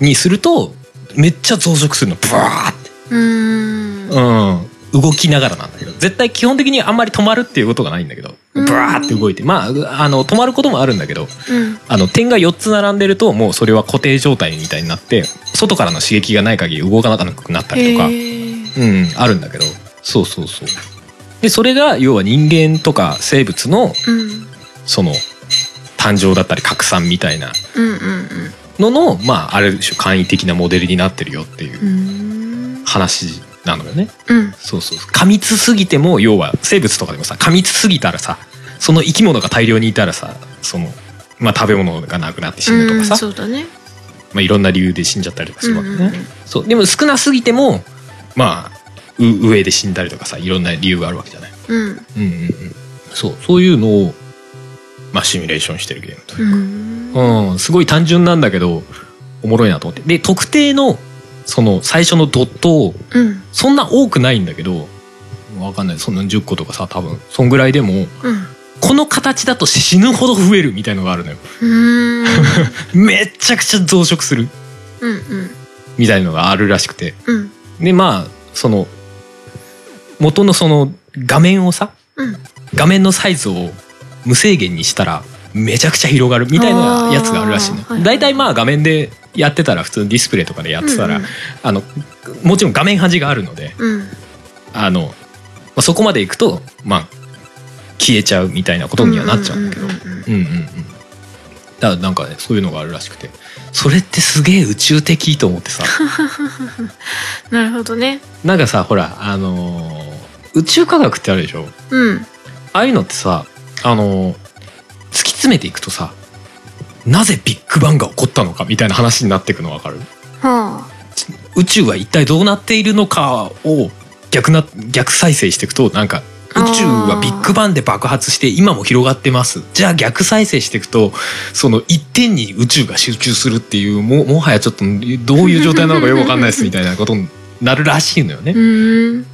Speaker 1: にするとめっちゃ増殖するのブワーって
Speaker 3: うーん
Speaker 1: うん動きながらなんだけど絶対基本的にあんまり止まるっていうことがないんだけどブ
Speaker 3: うん
Speaker 1: ワーって動いてまああの止まることもあるんだけど
Speaker 3: うん
Speaker 1: あの点が4つ並んでるともうそれは固定状態みたいになって外からの刺激がない限り動かなくなったりとか
Speaker 3: へ。
Speaker 1: う
Speaker 3: ー
Speaker 1: ん、あるんだけどそうそうそうでそれが要は人間とか生物の
Speaker 3: うん
Speaker 1: その誕生だったり拡散みたいな
Speaker 3: うんうん
Speaker 1: ののまあある種簡易的なモデルになってるよっていう
Speaker 3: うんうーん
Speaker 1: 話なのよね
Speaker 3: うん
Speaker 1: そうそうそう過密すぎても要は生物とかでもさ過密すぎたらさその生き物が大量にいたらさそのまあ食べ物がなくなって死ぬとか
Speaker 3: うん
Speaker 1: さ、
Speaker 3: そうだね
Speaker 1: まあ、いろんな理由で死んじゃったりとかするわけね、
Speaker 3: うんうんうん
Speaker 1: そうでも少なすぎてもまあう上で死んだりとかさいろんな理由があるわけじゃない
Speaker 3: うん
Speaker 1: うんうんうん、そうそういうのを、まあ、シミュレーションしてるゲームと
Speaker 3: う
Speaker 1: いうか、
Speaker 3: ん
Speaker 1: うんすごい単純なんだけどおもろいなと思ってで特定のその最初のドットを
Speaker 3: うん
Speaker 1: そんな多くないんだけどわかんないそんな10個とかさ多分そんぐらいでも
Speaker 3: うん
Speaker 1: この形だと死ぬほど増えるみたいのがあるのよ
Speaker 3: うん
Speaker 1: めっちゃくちゃ増殖する
Speaker 3: うんうん
Speaker 1: みたいのがあるらしくて
Speaker 3: うん
Speaker 1: でまあその元のその画面をさ
Speaker 3: うん
Speaker 1: 画面のサイズを無制限にしたらめちゃくちゃ広がるみたいなやつがあるらしい
Speaker 3: あーはいは
Speaker 1: の。
Speaker 3: い
Speaker 1: 大体まあ画面でやってたら普通のディスプレイとかでやってたら、
Speaker 3: うん
Speaker 1: あのもちろん画面端があるので
Speaker 3: うん
Speaker 1: あの、まあ、そこまでいくと、まあ、消えちゃうみたいなことにはなっちゃうんだけど。
Speaker 3: うんうんうん
Speaker 1: うんうんうんだからなんかねそういうのがあるらしくてそれってすげえ宇宙的と思 ってさ
Speaker 3: なるほどね
Speaker 1: なんかさほらあのー宇宙科学ってあるでしょ
Speaker 3: うん
Speaker 1: ああいうのってさあの突き詰めていくとさなぜビッグバンが起こったのかみたいな話になっていくの分かる
Speaker 3: は
Speaker 1: 宇宙は一体どうなっているのかを逆な逆再生していくとなんか宇宙はビッグバンで爆発して今も広がってますじゃあ逆再生していくとその一点に宇宙が集中するっていうももはやちょっとどういう状態なのかよく分かんないですみたいなことになるらしいのよ
Speaker 3: あう
Speaker 1: ね
Speaker 3: ん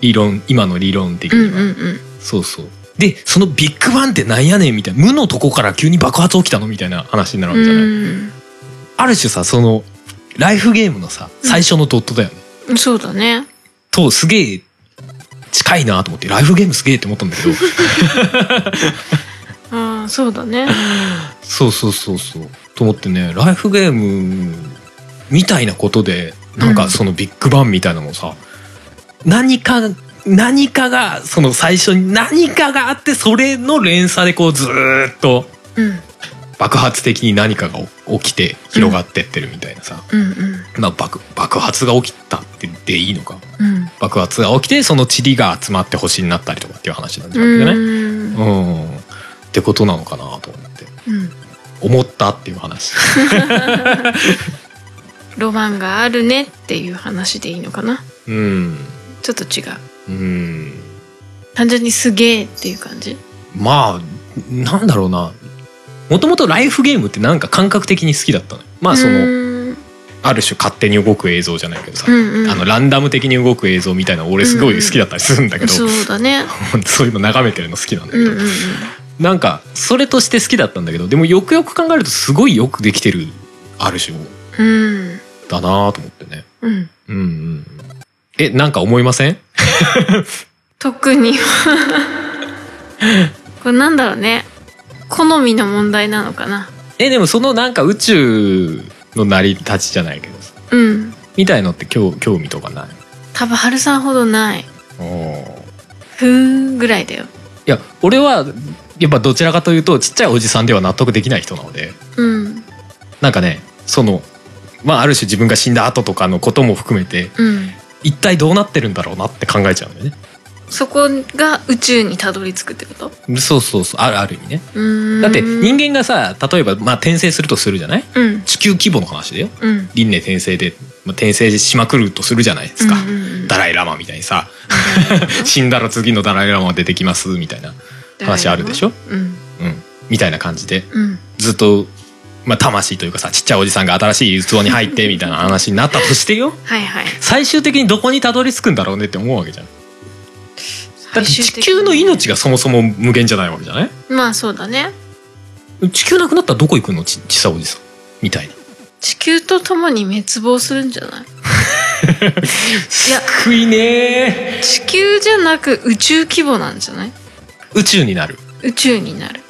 Speaker 1: 理論今の理論的
Speaker 3: うんう
Speaker 1: に
Speaker 3: ん
Speaker 1: は。
Speaker 3: うん
Speaker 1: そうそう。で、そのビッグバンってなんやねんみたいな、無のとこから急に爆発起きたのみたいな話になるわけじゃない。ある種さ、その、ライフゲームのさ、最初のドットだよね。
Speaker 3: うんそうだね
Speaker 1: と、すげえ、近いなと思って、ライフゲームすげえって思ったんだ けど、
Speaker 3: ああそうだね
Speaker 1: そうそうそうそう。と思ってね、ライフゲームみたいなことで、なん
Speaker 3: う
Speaker 1: か
Speaker 3: ん
Speaker 1: そのビッグバンみたいなのもさ、何か、何かが、その最初に何かがあって、それの連鎖でこうずーっと、
Speaker 3: うん
Speaker 1: 爆発的に何かが起きて広がってってるみたいなさ、
Speaker 3: うんうん
Speaker 1: まあ爆爆発が起きたって言っていいのか
Speaker 3: うん
Speaker 1: 爆発が起きてその塵が集まって星になったりとかっていう話なんじゃないかね
Speaker 3: うん
Speaker 1: うんってことなのかなと思って
Speaker 3: うん
Speaker 1: 思ったっていう 話
Speaker 3: ロマンがあるねっていう話でいいのかな
Speaker 1: うん
Speaker 3: ちょっと違う
Speaker 1: うん
Speaker 3: 単純にすげえっていう感じ
Speaker 1: まあなんだろうなもともとライフゲームってなんか感覚的に好きだったのよまあその、
Speaker 3: うん
Speaker 1: ある種勝手に動く映像じゃないけどさ、
Speaker 3: うんうん
Speaker 1: あのランダム的に動く映像みたいなの俺すごい好きだったりするんだけど、
Speaker 3: そうだね
Speaker 1: そういうの眺めてるの好きなんだ
Speaker 3: う
Speaker 1: け
Speaker 3: ん
Speaker 1: ど、
Speaker 3: うん
Speaker 1: なんかそれとして好きだったんだけどでもよくよく考えるとすごいよくできてるある種も
Speaker 3: うん
Speaker 1: だなと思ってね
Speaker 3: うん
Speaker 1: うんうんうんえなんか思いません
Speaker 3: 特に はこれなんだろうね好みの問題なのかな
Speaker 1: えでもそのなんか宇宙の成り立ちじゃないけどさ
Speaker 3: うん
Speaker 1: みたいのって興興味とかない
Speaker 3: 多分春さんほどない
Speaker 1: おー
Speaker 3: ふーんぐらいだよ
Speaker 1: いや俺はやっぱどちらかというとちっちゃいおじさんでは納得できない人なので
Speaker 3: うん
Speaker 1: なんかねそのまあある種自分が死んだ後とかのことも含めて
Speaker 3: うん
Speaker 1: 一体どうなってるんだろうなって考えちゃうんだよね
Speaker 3: そこが宇宙にたどり着くってこと
Speaker 1: そうそうそうあるある意味ね
Speaker 3: うーん
Speaker 1: だって人間がさ例えば、まあ、転生するとするじゃない
Speaker 3: うん
Speaker 1: 地球規模の話だよ
Speaker 3: うん
Speaker 1: 輪廻転生で、まあ、転生しまくるとするじゃないですか、
Speaker 3: うんうんうん
Speaker 1: ダライ・ラマみたいにさ 死んだら次のダライ・ラマ出てきますみたいな、 話あるでしょう
Speaker 3: うん
Speaker 1: ん、みたいな感じで
Speaker 3: うん
Speaker 1: ずっと、まあ、魂というかさちっちゃいおじさんが新しい器に入ってみたいな 話になったとしてよ
Speaker 3: はいはい
Speaker 1: 最終的にどこにたどり着くんだろうねって思うわけじゃんだって地球の命がそもそも無限じゃないわけじゃない
Speaker 3: まあそうだね
Speaker 1: 地球なくなったらどこ行くのちちさおじさんみたいな
Speaker 3: 地球とともに滅亡するんじゃ ないいや
Speaker 1: 救いねえ
Speaker 3: 地球じゃなく宇宙規模なんじゃない
Speaker 1: 宇宙になる
Speaker 3: 宇宙になる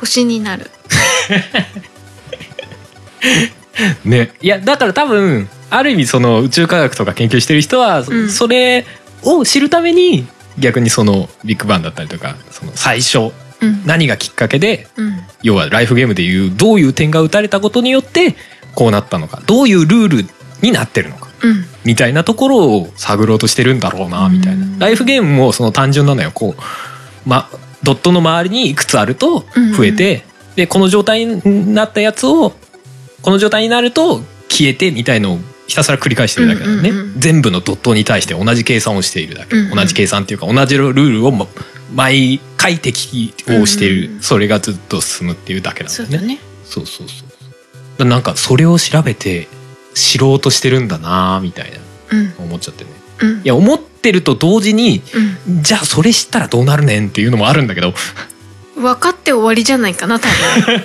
Speaker 3: 星になる
Speaker 1: ねいやだから多分ある意味その宇宙科学とか研究してる人は、そ
Speaker 3: うん
Speaker 1: それを知るために逆にそのビッグバンだったりとかその最初
Speaker 3: うん
Speaker 1: 何がきっかけで
Speaker 3: うん
Speaker 1: 要はライフゲームでいうどういう点が打たれたことによってこうなったのかどういうルールになってるのか
Speaker 3: うん
Speaker 1: みたいなところを探ろうとしてるんだろうなみたいな
Speaker 3: うん
Speaker 1: ライフゲームもその単純なのよこう、ま、ドットの周りにいくつあると増えて、でこの状態になったやつをこの状態になると消えてみたいのをひたすら繰り返してるだけなのね、
Speaker 3: うんうんうん
Speaker 1: 全部のドットに対して同じ計算をしているだけ、
Speaker 3: うんうん
Speaker 1: 同じ計算っていうか同じルールをま毎回適応している、
Speaker 3: うんうん
Speaker 1: それがずっと進むっていうだけなんだ
Speaker 3: そ
Speaker 1: よ
Speaker 3: うだね
Speaker 1: そうそうそうだなんかそれを調べて知ろうとしてるんだなーみたいな
Speaker 3: うん
Speaker 1: 思っちゃってね
Speaker 3: う
Speaker 1: い
Speaker 3: ん
Speaker 1: や思ってると同時に
Speaker 3: うん
Speaker 1: じゃあそれ知ったらどうなるねんっていうのもあるんだ けど
Speaker 3: 分かって終わりじゃないかな 多分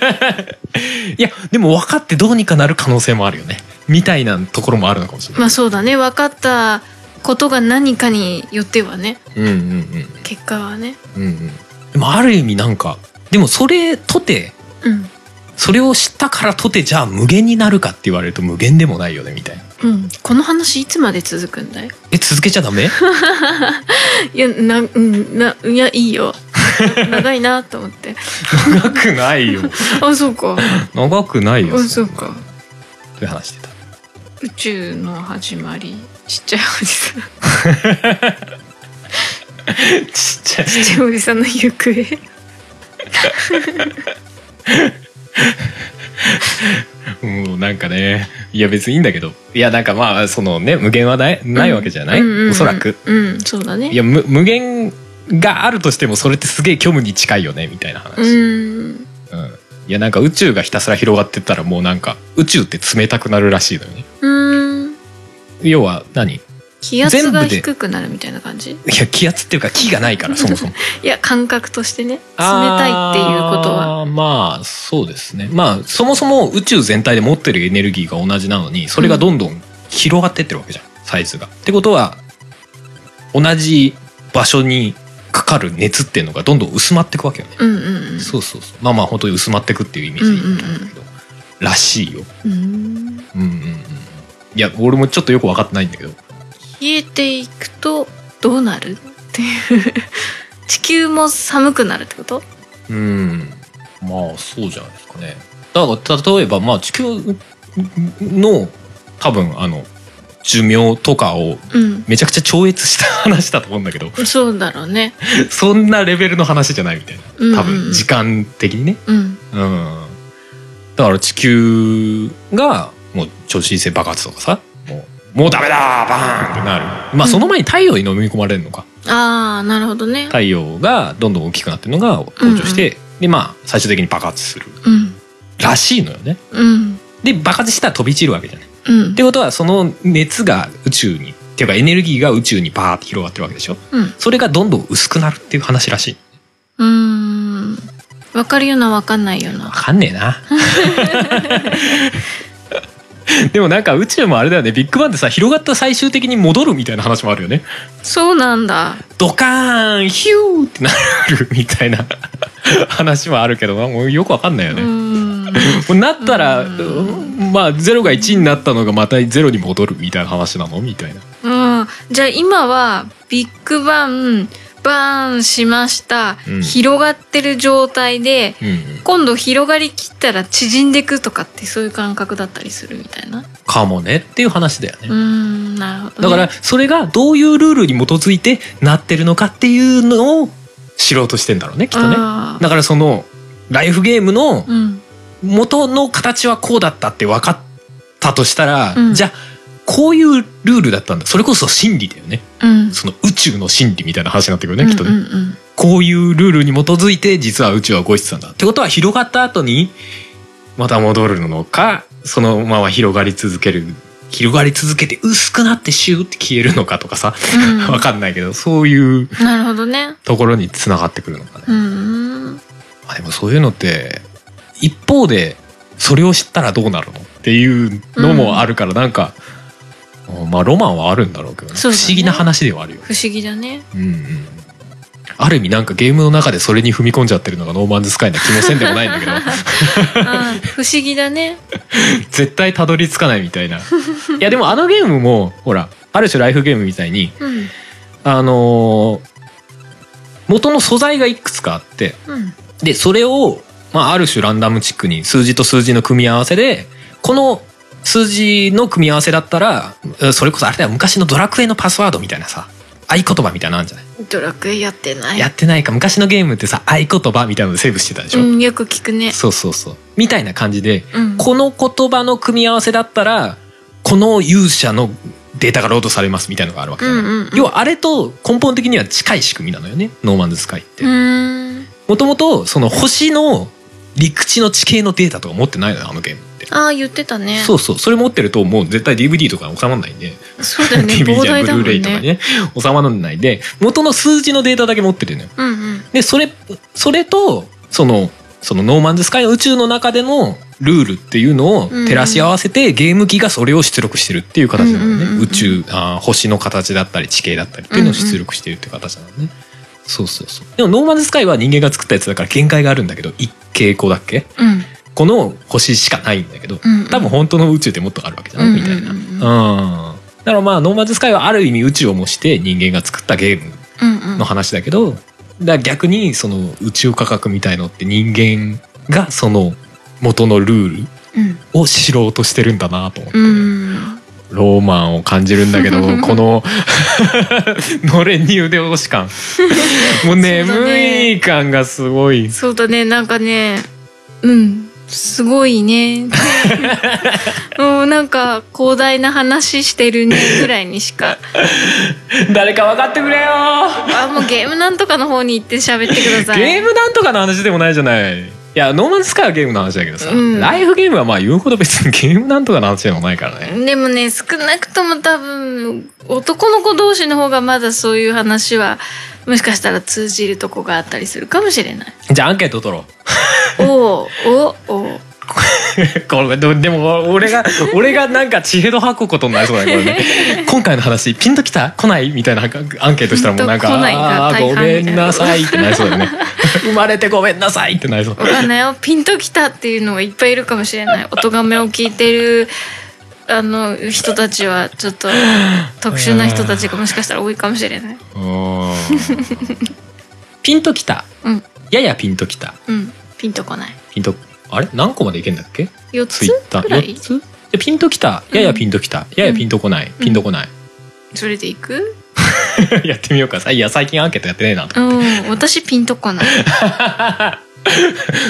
Speaker 1: いやでも分かってどうにかなる可能性もあるよねみたいなところもあるのかもしれない、
Speaker 3: まあそうだね分かったことが何かによってはね
Speaker 1: うんうんうん
Speaker 3: 結果はね
Speaker 1: うんうんでもある意味なんかでもそれとて
Speaker 3: うん
Speaker 1: それを知ったからとてじゃあ無限になるかって言われると無限でもないよねみたいな
Speaker 3: うんこの話いつまで続くんだい
Speaker 1: え続けちゃダ メ
Speaker 3: いやなうんないやいいよ 長いなと思って
Speaker 1: 長くない よ
Speaker 3: あそうか
Speaker 1: 長くないよ
Speaker 3: あそ
Speaker 1: ん
Speaker 3: う
Speaker 1: な
Speaker 3: か
Speaker 1: という話してた
Speaker 3: 宇宙の始まりちっちゃいおじさん
Speaker 1: ちっちゃい
Speaker 3: ちっちゃいおじさんの行方
Speaker 1: もうなんかねいや別にいいんだけどいやなんかまあそのね無限はないないわけじゃない、
Speaker 3: うんうんうん
Speaker 1: おそらく
Speaker 3: うんそうだね
Speaker 1: いや無無限があるとしてもそれってすげえ虚無に近いよねみたいな
Speaker 3: う
Speaker 1: 話、
Speaker 3: ん
Speaker 1: うんいやなんか宇宙がひたすら広がってったらもうなんか宇宙って冷たくなるらしいのよね
Speaker 3: うん
Speaker 1: 要は何い
Speaker 3: 気圧
Speaker 1: 全
Speaker 3: が
Speaker 1: 部で
Speaker 3: 低くなるみたいな感じ
Speaker 1: や気圧っていうか気がない からそもそも冷
Speaker 3: いや感覚としてね冷たいっていうことは
Speaker 1: まあそうですねまあそもそも宇宙全体で持ってるエネルギーが同じなのにそれがどんどん広がってってるわけじゃんサイズが。ってことは同じ場所にかかる熱っていうのがどんどん薄まっていくわけよね。
Speaker 3: うんうんうん
Speaker 1: そうそうそうまあまあ本当に薄まってくっていうイメージなんだけど、らしいよ。
Speaker 3: うん
Speaker 1: うんうんうん。いや俺もちょっとよく分かってないんだけど
Speaker 3: 冷えていくとどうなるっていう地球も寒くなるってこと
Speaker 1: うんまあそうじゃないですかね。だから例えばまあ地球の多分あの寿命とかを
Speaker 3: うん
Speaker 1: めちゃくちゃ超越した話だと思うんだけど
Speaker 3: そうだろうね
Speaker 1: そんなレベルの話じゃないみたい
Speaker 3: うんうん
Speaker 1: な多分時間的にね。
Speaker 3: うん
Speaker 1: うん、だから地球がもう超新星爆発とかさもうもうダメだバーンってなるまあその前に太陽に飲み込まれるのか
Speaker 3: ああなるほどね
Speaker 1: 太陽がどんどん大きくなってるのが登場して、でまあ最終的に爆発する
Speaker 3: うん
Speaker 1: らしいのよね
Speaker 3: うん
Speaker 1: で爆発したら飛び散るわけじゃないっ
Speaker 3: うん
Speaker 1: てことはその熱が宇宙にっていうかエネルギーが宇宙にバーって広がってるわけでしょ
Speaker 3: うん
Speaker 1: それがどんどん薄くなるっていう話らしいう
Speaker 3: ーんわかるようなわかんないよう
Speaker 1: わ
Speaker 3: な
Speaker 1: かんねえ なでもなんか宇宙もあれだよねビッグバンってさ広がった最終的に戻るみたいな話もあるよね
Speaker 3: そうなんだ
Speaker 1: ドカーンヒューってなるみたいな話もあるけどもうよくわかんないよ
Speaker 3: う
Speaker 1: ね、も
Speaker 3: ん
Speaker 1: うなったら、
Speaker 3: う
Speaker 1: まあ0が1になったのがまた0に戻るみたいな話なのみたいな
Speaker 3: うんじゃあ今はビッグバンバーンしました、
Speaker 1: うん
Speaker 3: 広がってる状態で
Speaker 1: うん
Speaker 3: 今度広がりきったら縮んでくとかってそういう感覚だったりするみたいな
Speaker 1: かもねっていう話だよね、
Speaker 3: うんなるほど、ね、
Speaker 1: だからそれがどういうルールに基づいてなってるのかっていうのを知ろうとしてんだろうねきっとね
Speaker 3: あー
Speaker 1: だからそのライフゲームの
Speaker 3: うん
Speaker 1: 元の形はこうだったって分かったとしたら、
Speaker 3: うん
Speaker 1: じゃあこういうルールだったんだそれこそ真理だよね
Speaker 3: うん
Speaker 1: その宇宙の真理みたいな話になってくるね、きっとね、
Speaker 3: うんうんうん
Speaker 1: こういうルールに基づいて実は宇宙は動いてたんだってことは広がった後にまた戻るのかそのまま広がり続ける広がり続けて薄くなってシューって消えるのかとかさ、
Speaker 3: う ん
Speaker 1: わかんないけどそういう
Speaker 3: なるほどね
Speaker 1: ところに繋がってくるのかね、
Speaker 3: うん
Speaker 1: まあでもそういうのって一方でそれを知ったらどうなるのっていうのもあるからなんか、まあロマンはあるんだろうけどね
Speaker 3: そうだね
Speaker 1: 不思議な話ではあるよね
Speaker 3: 不思議だね
Speaker 1: うんうんある意味なんかゲームの中でそれに踏み込んじゃってるのがノーマンズスカイな気もせんでもないんだけど
Speaker 3: あ不思議だね
Speaker 1: 絶対たどり着かないみたいないやでもあのゲームもほらある種ライフゲームみたいに
Speaker 3: うん
Speaker 1: あのー元の素材がいくつかあって
Speaker 3: うん
Speaker 1: でそれを、まあ、ある種ランダムチックに数字と数字の組み合わせでこの数字の組み合わせだったらうんそれこそあれだよ昔のドラクエのパスワードみたいなさ合言葉みたいなのあるんじゃない
Speaker 3: ドラクエやってない
Speaker 1: やってないか昔のゲームってさ合言葉みたいなのでセーブしてたでしょ、
Speaker 3: うんよく聞くね
Speaker 1: そうそうそうみたいな感じで、
Speaker 3: うん
Speaker 1: この言葉の組み合わせだったらこの勇者のデータがロードされますみたいなのがあるわけじゃない、
Speaker 3: うんうんうん
Speaker 1: 要はあれと根本的には近い仕組みなのよねノーマンズスカイって
Speaker 3: うーん
Speaker 1: もともとその星の陸地の地形のデータとか持ってないのよあのゲームって、
Speaker 3: ああ言ってたね
Speaker 1: そうそうそれ持ってるともう絶対 DVD とかに収まらないんで、
Speaker 3: そうだよ ね
Speaker 1: DVD
Speaker 3: 膨
Speaker 1: じゃ
Speaker 3: 大
Speaker 1: ブ
Speaker 3: だも
Speaker 1: ルー
Speaker 3: ん
Speaker 1: レイとかに
Speaker 3: ね
Speaker 1: ね収まらないで元の数字のデータだけ持ってるのよ
Speaker 3: うんうん
Speaker 1: でそれそれとそのそのノーマンズスカイの宇宙の中でのルールっていうのを照らし合わせて、ゲーム機がそれを出力してるっていう形なのね、
Speaker 3: うんうんうんうん
Speaker 1: 宇宙あー星の形だったり地形だったりっていうのを出力してるっていう形なのね、そうそうそうでもノーマンズスカイは人間が作ったやつだから限界があるんだけど一傾向だっけ
Speaker 3: うん
Speaker 1: この星しかないんだけど、
Speaker 3: うんうん
Speaker 1: 多分本当の宇宙ってもっとあるわけじゃない、みたいな
Speaker 3: う
Speaker 1: うん
Speaker 3: うんうん
Speaker 1: んだからまあノーマンズスカイはある意味宇宙を模して人間が作ったゲーム
Speaker 3: うんうん
Speaker 1: の話だけど、だから逆にその宇宙科学みたいのって人間がその元のルール
Speaker 3: うん
Speaker 1: を知ろうとしてるんだなと思って、
Speaker 3: うん
Speaker 1: ローマンを感じるんだけ どこののれんに腕押し 感もう
Speaker 3: そうだ
Speaker 1: 眠
Speaker 3: ね
Speaker 1: い感がすごい、
Speaker 3: そうだねなんかねうんすご いねもうなんか広大な話してるねぐらいに しか
Speaker 1: 誰か分かってくれよ
Speaker 3: あもうゲームなんとかの方に行って喋ってください
Speaker 1: ゲームなんとかの話でもないじゃないいやノーマンズスカイはゲームの話だけどさ、
Speaker 3: うん
Speaker 1: ライフゲームはまあ言うほど別にゲームなんとかの話でもないからね
Speaker 3: でもね少なくとも多分男の子同士の方がまだそういう話はもしかしたら通じるとこがあったりするかも しれない。
Speaker 1: じゃあアンケート取ろう
Speaker 3: おうおおおう
Speaker 1: これでもでも俺が俺がなんか血へど吐くことになりそうだねこれ ね今回の話ピンときた来ないみたいなアンケートしたらもうなんか
Speaker 3: ピンと来ないが
Speaker 1: あー
Speaker 3: 大
Speaker 1: ご
Speaker 3: 半みた
Speaker 1: め
Speaker 3: いなん
Speaker 1: なさいってなりそうだよ ね生まれてごめんなさいってなりそう
Speaker 3: わかんないよピンときたっていうのがいっぱいいるかもしれない。音がめを聞いてるあの人たちはちょっと特殊な人たちがもしかしたら多いかもしれない。
Speaker 1: うーんピンときた
Speaker 3: うん
Speaker 1: ややピンときた
Speaker 3: うんピンとこない。
Speaker 1: ピンとあれ何個までいけんだっけ
Speaker 3: 四
Speaker 1: ツ
Speaker 3: つ
Speaker 1: イッタ
Speaker 3: くら
Speaker 1: ー
Speaker 3: い
Speaker 1: 4つでピンときたややピンときた、ややピンとこない、ピンとこ ない
Speaker 3: それでいく？
Speaker 1: やってみようかさいや最近アンケートやってねえなと
Speaker 3: うん私ピンと こない。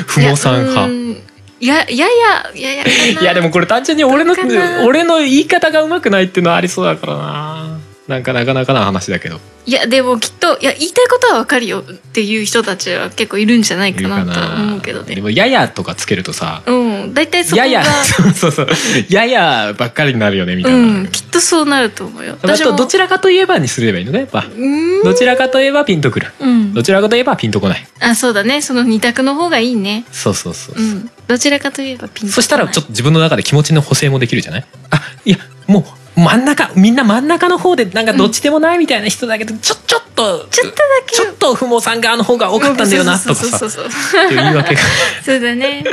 Speaker 1: 不毛さん派
Speaker 3: いやうーんいやいややややや
Speaker 1: いやでもこれ単純に俺の
Speaker 3: どうかな
Speaker 1: 俺の言い方がうまくないっていうのはありそうだからななんかなかなかな話だけど
Speaker 3: いやでもきっといや言いたいことはわかるよっていう人たちは結構いるんじゃない
Speaker 1: い
Speaker 3: かなと思うけど
Speaker 1: で
Speaker 3: ね。
Speaker 1: も「やや」とかつけるとさ
Speaker 3: うん大体そこ
Speaker 1: や
Speaker 3: が
Speaker 1: や そうそうややばっかりになるよねみたいうな、
Speaker 3: んきっとそうなると思うよ
Speaker 1: あ
Speaker 3: 私
Speaker 1: と
Speaker 3: も
Speaker 1: どちらかといえばにすればいいのねやっぱ
Speaker 3: うーん
Speaker 1: どちらかといえばピンとくる
Speaker 3: うん
Speaker 1: どちらかといえばピンとこない
Speaker 3: あそうだねその二択の方がいいね
Speaker 1: そうそうそう
Speaker 3: う
Speaker 1: そうん
Speaker 3: どちらかといえばピンとこない
Speaker 1: そしたらちょっと自分の中で気持ちの補正もできるじゃないあいやもう真ん中みんな真ん中の方でなんかどっちでもないみたいな人だけど、ちょちょっと
Speaker 3: ちょっとだけ
Speaker 1: ちょっと不毛さん側の方が多かったんだよなとかさ
Speaker 3: そうそうそうそう
Speaker 1: っていう言い訳が
Speaker 3: そう だね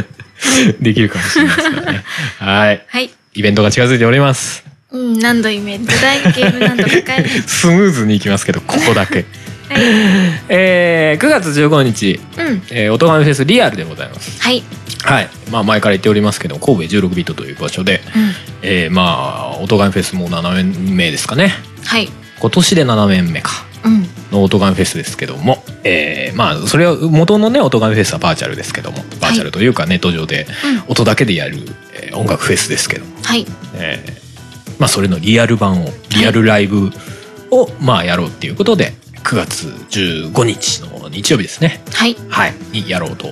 Speaker 1: できるかもしれないですからねはい
Speaker 3: はい
Speaker 1: イベントが近づいております
Speaker 3: うん何度イベントだいゲーム何度かかい
Speaker 1: スムーズにいきますけどここだけ、
Speaker 3: はい
Speaker 1: えー9月15日
Speaker 3: うん
Speaker 1: 「えー、おとがめフェスリアル」でございます
Speaker 3: はい
Speaker 1: はい、まあ、前から言っておりますけど神戸16ビートという場所で、
Speaker 3: うん
Speaker 1: えーまあオトガンフェスも7年目ですかね
Speaker 3: はい
Speaker 1: 今年で7年目か
Speaker 3: うん
Speaker 1: のオトガンフェスですけども、えーまあそれは元のねオトガンフェスはバーチャルですけどもバーチャルというかネット上で音だけでやる、えー音楽フェスですけども、
Speaker 3: はい
Speaker 1: えーまあそれのリアル版をリアルライブをまあやろうっていうことで9月15日の日曜日ですね
Speaker 3: はい
Speaker 1: はいにやろうと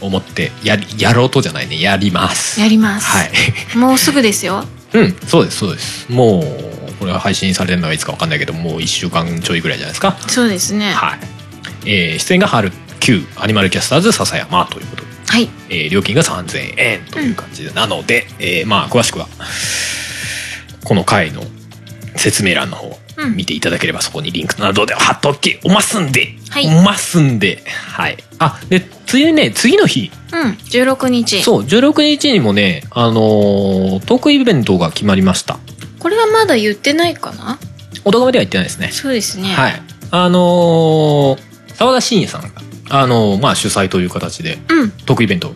Speaker 1: 思ってやりやろうとじゃないねやります
Speaker 3: やります
Speaker 1: はい
Speaker 3: もうすぐですよ
Speaker 1: うん、そうです、そうです。もう、これは配信されるのはいつかわかんないけど、もう1週間ちょいぐらいじゃないですか。
Speaker 3: そうですねは
Speaker 1: はい。えー出演が春 Q アニマルキャスターズ笹山ということで、
Speaker 3: い
Speaker 1: えー料金が3000円という感じで、なので、えーまあ、詳しくは、この回の説明欄の方、
Speaker 3: うん
Speaker 1: 見ていただければそこにリンクなどで貼っときおますんで、
Speaker 3: はい
Speaker 1: おますんで、はい。あ、で、次ね、次の日、
Speaker 3: うん16日
Speaker 1: そう、16日にもね、あのートークイベントが決まりました。
Speaker 3: これはまだ言ってないかな
Speaker 1: 男までは言ってないですね。
Speaker 3: そうですね
Speaker 1: はい。あのー、沢田信也さんが、あのーまあ、主催という形で、
Speaker 3: うん
Speaker 1: トークイベント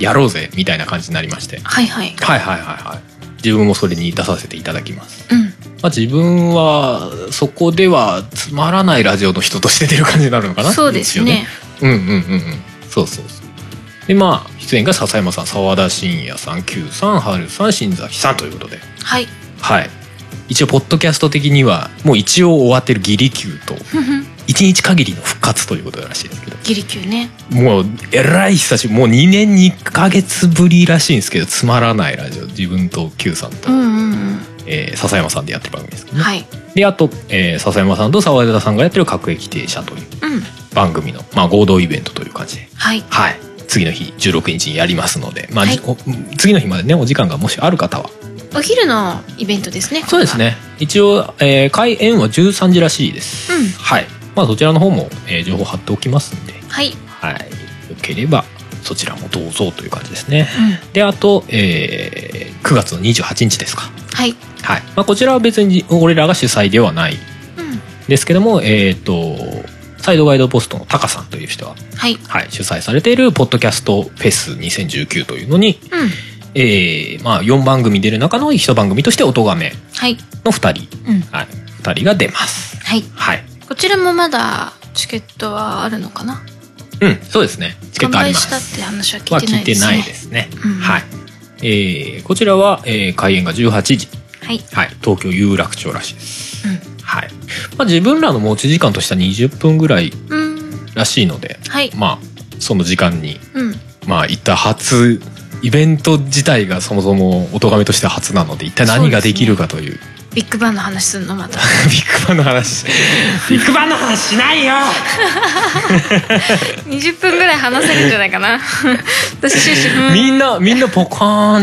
Speaker 1: やろうぜ、みたいな感じになりまして。
Speaker 3: はいはい
Speaker 1: はいはいはいはい。自分もそれに出させていただきます。
Speaker 3: うん
Speaker 1: まあ、自分は、そこでは、つまらないラジオの人として出る感じになるのかな
Speaker 3: そうです
Speaker 1: 一応
Speaker 3: ね
Speaker 1: うんうんうんうんそうそうそうでまあ出演が笹山さん澤田信也さん Q さん春さん新崎さんということで
Speaker 3: はい
Speaker 1: はい一応ポッドキャスト的にはもう一応終わってるギリ Q と一日限りの復活ということらしいですけど
Speaker 3: ギリキューね
Speaker 1: もうえらい久しぶりもう2年2ヶ月ぶりらしいんですけどつまらないラジオ自分と Q さんと、
Speaker 3: うんうん
Speaker 1: えー笹山さんでやってる番組ですけ
Speaker 3: う
Speaker 1: ど
Speaker 3: ん
Speaker 1: ね、
Speaker 3: はい
Speaker 1: であと、えー笹山さんと澤田さんがやってる「各駅停車」という
Speaker 3: うん
Speaker 1: 番組の、まあ、合同イベントという感じで
Speaker 3: はい
Speaker 1: はい、次の日16日にやりますので、まあ
Speaker 3: はい
Speaker 1: お次の日までねお時間がもしある方は
Speaker 3: お昼のイベントですね
Speaker 1: そうですね一応、えー開演は13時らしいです、
Speaker 3: うん
Speaker 1: はい、まあ、そちらの方も、えー情報貼っておきますんで、
Speaker 3: はい
Speaker 1: はい、よければそちらもどうぞという感じですね
Speaker 3: うん
Speaker 1: であと、えー9月の28日ですか
Speaker 3: はい
Speaker 1: はい、まあ、こちらは別に俺らが主催ではない
Speaker 3: うん
Speaker 1: ですけどもえっ、とサイドガイドポストのタカさんという人が、
Speaker 3: はい
Speaker 1: はい、主催されているポッドキャストフェス2019というのに
Speaker 3: うん
Speaker 1: えーまあ、4番組出る中の1番組として音がめ
Speaker 3: はい
Speaker 1: の2人、
Speaker 3: うん
Speaker 1: はい、2人が出ます
Speaker 3: はい
Speaker 1: はい
Speaker 3: こちらもまだチケットはあるのかな
Speaker 1: うんそうですねチケットありま
Speaker 3: 完売したっ
Speaker 1: す
Speaker 3: て話は
Speaker 1: は
Speaker 3: 聞いてな
Speaker 1: 聞い
Speaker 3: いで
Speaker 1: て
Speaker 3: すね
Speaker 1: ないですね
Speaker 3: うん
Speaker 1: はい、えーこちらは、えー開演が18時、
Speaker 3: はい
Speaker 1: はい、東京有楽町らしいです、はいまあ、自分らの持ち時間としては20分ぐらい
Speaker 3: うんうん
Speaker 1: らしいので
Speaker 3: はい
Speaker 1: まあその時間に
Speaker 3: うん
Speaker 1: まあ一体初イベント自体がそもそも音がめとしては初なので一体何ができるかという
Speaker 3: ビッグバンの話すんの また
Speaker 1: ビッグバンの話。ビッグバンの話しないよ。
Speaker 3: 20分ぐらい話せるんじゃないかな 私終始うん
Speaker 1: みんな、みんなポカーン。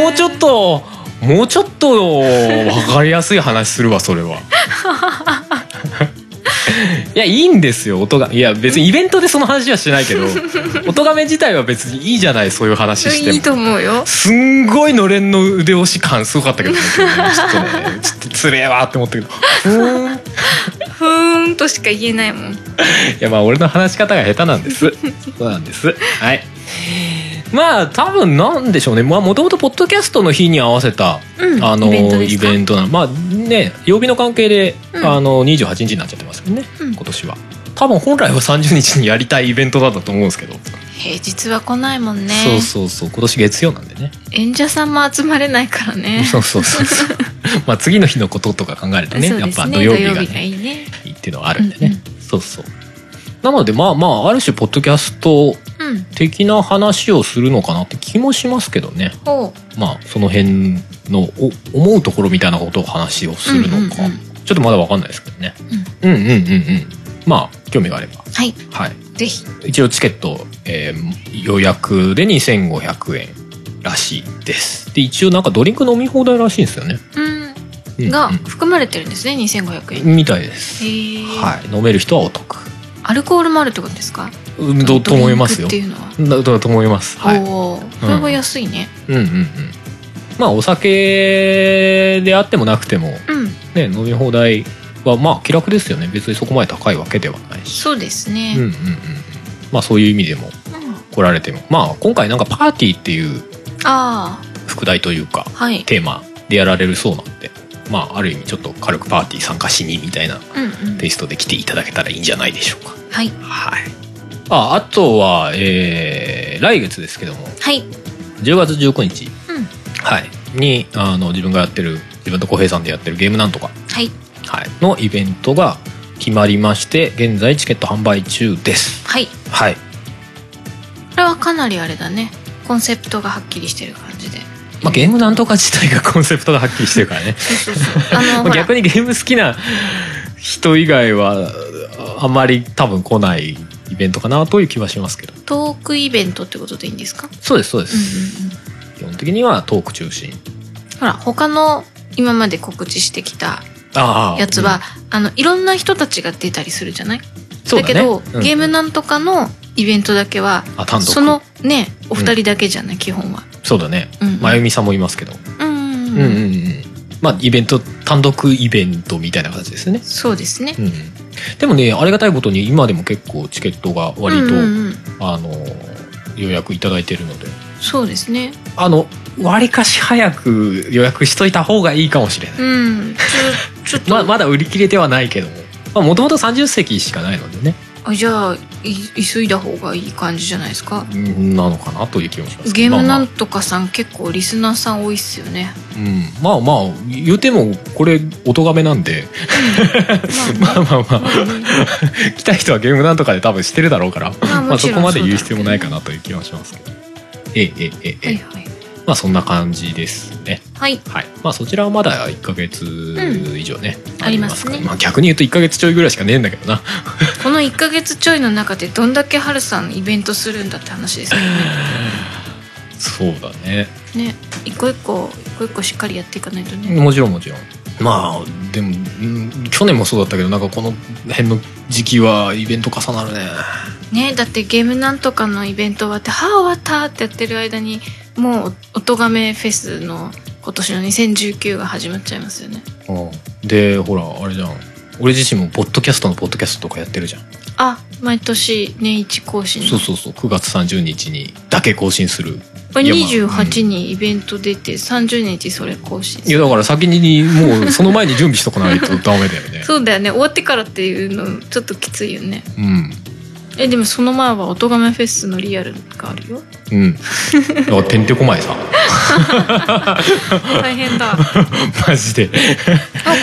Speaker 1: もうちょっと、もうちょっと、わかりやすい話するわ、それは。 いや、いいんですよ、音が。いや、別にイベントでその話はしてないけ ど、音がめ自体は別にいいじゃない、そういう話して
Speaker 3: いい
Speaker 1: も。
Speaker 3: と思うよ
Speaker 1: すんごいのれんの腕押し感すごかったけどね、今日ねちょっとね、ちょっとつれえわって思ったけど、ふ ーん
Speaker 3: ふーんとしか言えないもん
Speaker 1: いやまあ俺の話し方が下手なんです そうなんですはいまあ多分なんでしょうねもともとポッドキャストの日に合わせた、
Speaker 3: うん
Speaker 1: あの
Speaker 3: イベントです
Speaker 1: イ
Speaker 3: か
Speaker 1: ベントなのまあね曜日の関係で、
Speaker 3: うん
Speaker 1: あの28日になっちゃってますもんね、
Speaker 3: うん
Speaker 1: 今年は多分本来は30日にやりたいイベントだったと思うんですけど、
Speaker 3: 平日は来ないもんね
Speaker 1: そうそうそう今年月曜なんでね
Speaker 3: 演者さんも集まれないから ね
Speaker 1: そうそうそう そうまあ次の日のこととか考えるとね
Speaker 3: そう
Speaker 1: や
Speaker 3: で
Speaker 1: っ
Speaker 3: す
Speaker 1: ぱ
Speaker 3: ね
Speaker 1: 土曜日が
Speaker 3: 土
Speaker 1: ね
Speaker 3: 曜日がいいね
Speaker 1: いいっていうのはあるんでね、
Speaker 3: うんう
Speaker 1: そうそうなのでまあまあある種ポッドキャスト
Speaker 3: ううん
Speaker 1: 的な話をするのかなって気もしますけどね
Speaker 3: ほ
Speaker 1: まあその辺のお思うところみたいなことを話をするのか、
Speaker 3: うんうんうん
Speaker 1: ちょっとまだわかんないですけどね、うん、うんうんうんまあ興味があれば
Speaker 3: うはい
Speaker 1: はい
Speaker 3: ぜひ
Speaker 1: 一応チケット、えー予約で2500円らしいですで一応なんかドリンク飲み放題らしいんですよね、
Speaker 3: う
Speaker 1: うんん
Speaker 3: が
Speaker 1: う
Speaker 3: 含まれてるんですね2500円
Speaker 1: んみたいです、
Speaker 3: へえ、
Speaker 1: はい飲める人はお得
Speaker 3: アルコールもあるってことですか
Speaker 1: うんどうと思いますよ
Speaker 3: ドリンクっていうのは
Speaker 1: だだと思いますはい
Speaker 3: おおこれは安いね
Speaker 1: うんうんうんまあお酒であってもなくても
Speaker 3: うん、
Speaker 1: ね飲み放題はまあ気楽ですよね別にそこまで高いわけではないし
Speaker 3: そうですね
Speaker 1: うんうんうんまあそういう意味でも
Speaker 3: うん
Speaker 1: 来られてもまあ今回なんかパーティーっていう
Speaker 3: あ
Speaker 1: 副題というか
Speaker 3: あはい
Speaker 1: テーマでやられるそうなんでまあある意味ちょっと軽くパーティー参加しにみたいな
Speaker 3: うんうん
Speaker 1: テイストで来ていただけたらいいんじゃないでしょうか
Speaker 3: はい
Speaker 1: はいああとはえー、来月ですけども
Speaker 3: はい
Speaker 1: 10月19日
Speaker 3: うん
Speaker 1: はい、にあの自分がやってる自分と浩平さんでやってるゲームなんとか、
Speaker 3: はい
Speaker 1: はい、のイベントが決まりまして現在チケット販売中です
Speaker 3: はいこ
Speaker 1: はい
Speaker 3: れはかなりあれだねコンセプトがはっきりしてる感じで
Speaker 1: まあ、ゲームなんとか自体がコンセプトがはっきりしてるから ね
Speaker 3: そうそうそうあの
Speaker 1: まあ
Speaker 3: ほら
Speaker 1: 逆にゲーム好きな人以外はあまり多分来ないイベントかなという気はしますけど
Speaker 3: トークイベントってことでいいんですか
Speaker 1: そうですそうで
Speaker 3: うん
Speaker 1: す、基本的にはトーク中心
Speaker 3: うんうんほら他の今まで告知してきた
Speaker 1: あ
Speaker 3: やつは、、あのいろんな人たちが出たりするじゃない
Speaker 1: うんそうだ,、ね、
Speaker 3: けど、
Speaker 1: うん
Speaker 3: ゲームなんとかのイベントだけは
Speaker 1: あ単独
Speaker 3: そのねお二人だけじゃない、基本は
Speaker 1: そうだね、
Speaker 3: うん
Speaker 1: まゆみさんもいますけど
Speaker 3: うんうん
Speaker 1: うんうんうんまあイベント単独イベントみたいな形ですね、
Speaker 3: そうですね
Speaker 1: うん、でもねありがたいことに今でも結構チケットが割と、
Speaker 3: うんうんうん
Speaker 1: あの予約いただいてるので
Speaker 3: そうですね
Speaker 1: あの割かし早く予約しといた方がいいかもしれない、
Speaker 3: うんちょちょっ と、
Speaker 1: ままだ売り切れてはないけどももともと30席しかないのでね、
Speaker 3: あじゃあい急いだ方がいい感じじゃないですか
Speaker 1: うんなのかなという気もします
Speaker 3: ゲーム
Speaker 1: まあ
Speaker 3: な
Speaker 1: ま
Speaker 3: ん
Speaker 1: あ
Speaker 3: とかさん結構リスナーさん多いっすよね
Speaker 1: うん、まあまあ言うてもこれ音がめなんで
Speaker 3: ま
Speaker 1: まあまあま
Speaker 3: あ
Speaker 1: あ来た人はゲームなんとかで多分してるだろうから、
Speaker 3: まあ
Speaker 1: ま
Speaker 3: も
Speaker 1: あ、
Speaker 3: ち
Speaker 1: そ
Speaker 3: ろん
Speaker 1: こまで言う
Speaker 3: そうだ
Speaker 1: 必要もないかなという気はしますけど。ええええええ、
Speaker 3: はいはい
Speaker 1: まあそんな感じですね。
Speaker 3: はい
Speaker 1: はい。まあそちらはまだ1ヶ月以上ね。
Speaker 3: んありますね
Speaker 1: からまあ逆に言うと1ヶ月ちょいぐらいしかねえんだけどな。
Speaker 3: この1ヶ月ちょいの中でどんだけハルさんイベントするんだって話ですよ
Speaker 1: そうだね。
Speaker 3: ねね一個一個一個一個しっかりやっていかないとね、
Speaker 1: もちろんもちろん。まあでも、うん去年もそうだったけど、なんかこの辺の時期はイベント重なるね。
Speaker 3: ねだってゲームなんとかのイベント終わって「はあ終わった!」ってやってる間にもうおとがめフェスの今年の2019が始まっちゃいますよね
Speaker 1: うんで、ほら、あれじゃん。俺自身もポッドキャストのポッドキャストとかやってるじゃん。
Speaker 3: あ毎年年一更新
Speaker 1: そうそうそう。9月30日にだけ更新する。
Speaker 3: これ
Speaker 1: いやまあうん
Speaker 3: 28にイベント出て30日それ更新
Speaker 1: いやだから先にもうその前に準備しとかないとダメだよね
Speaker 3: そうだよね終わってからっていうのちょっときついよね
Speaker 1: うん
Speaker 3: えでもその前はおとがめフェスのリアルがあるよ
Speaker 1: うんだからてんてこまい さ
Speaker 3: 大変 だあ
Speaker 1: マジで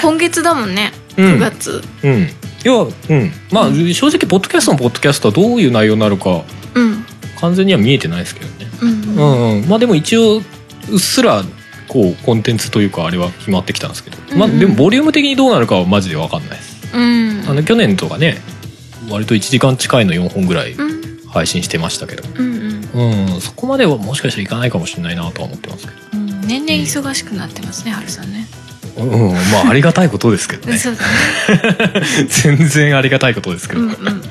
Speaker 3: 今月だもんね
Speaker 1: う
Speaker 3: 9
Speaker 1: ん
Speaker 3: 月
Speaker 1: うんいやうんまあ正直ポッドキャストのポッドキャストはどういう内容になるか
Speaker 3: うん
Speaker 1: 完全には見えてないですけどね
Speaker 3: うん
Speaker 1: う
Speaker 3: うん
Speaker 1: ん、うん、まあでも一応うっすらこうコンテンツというかあれは決まってきたんですけど、まあ
Speaker 3: うんうん
Speaker 1: でもボリューム的にどうなるかはマジで分かんないです
Speaker 3: うん
Speaker 1: あの去年とかね割と1時間近いの4本ぐらい
Speaker 3: うん
Speaker 1: 配信してましたけど
Speaker 3: うん
Speaker 1: うんそこまではもしかしたらいかないかもしれないなとは思ってますけど
Speaker 3: うん年々忙しくなってますね春さんね
Speaker 1: うん、うんまあありがたいことですけどね
Speaker 3: そうだね
Speaker 1: 全然ありがたいことですけ
Speaker 3: う
Speaker 1: ど、
Speaker 3: んうん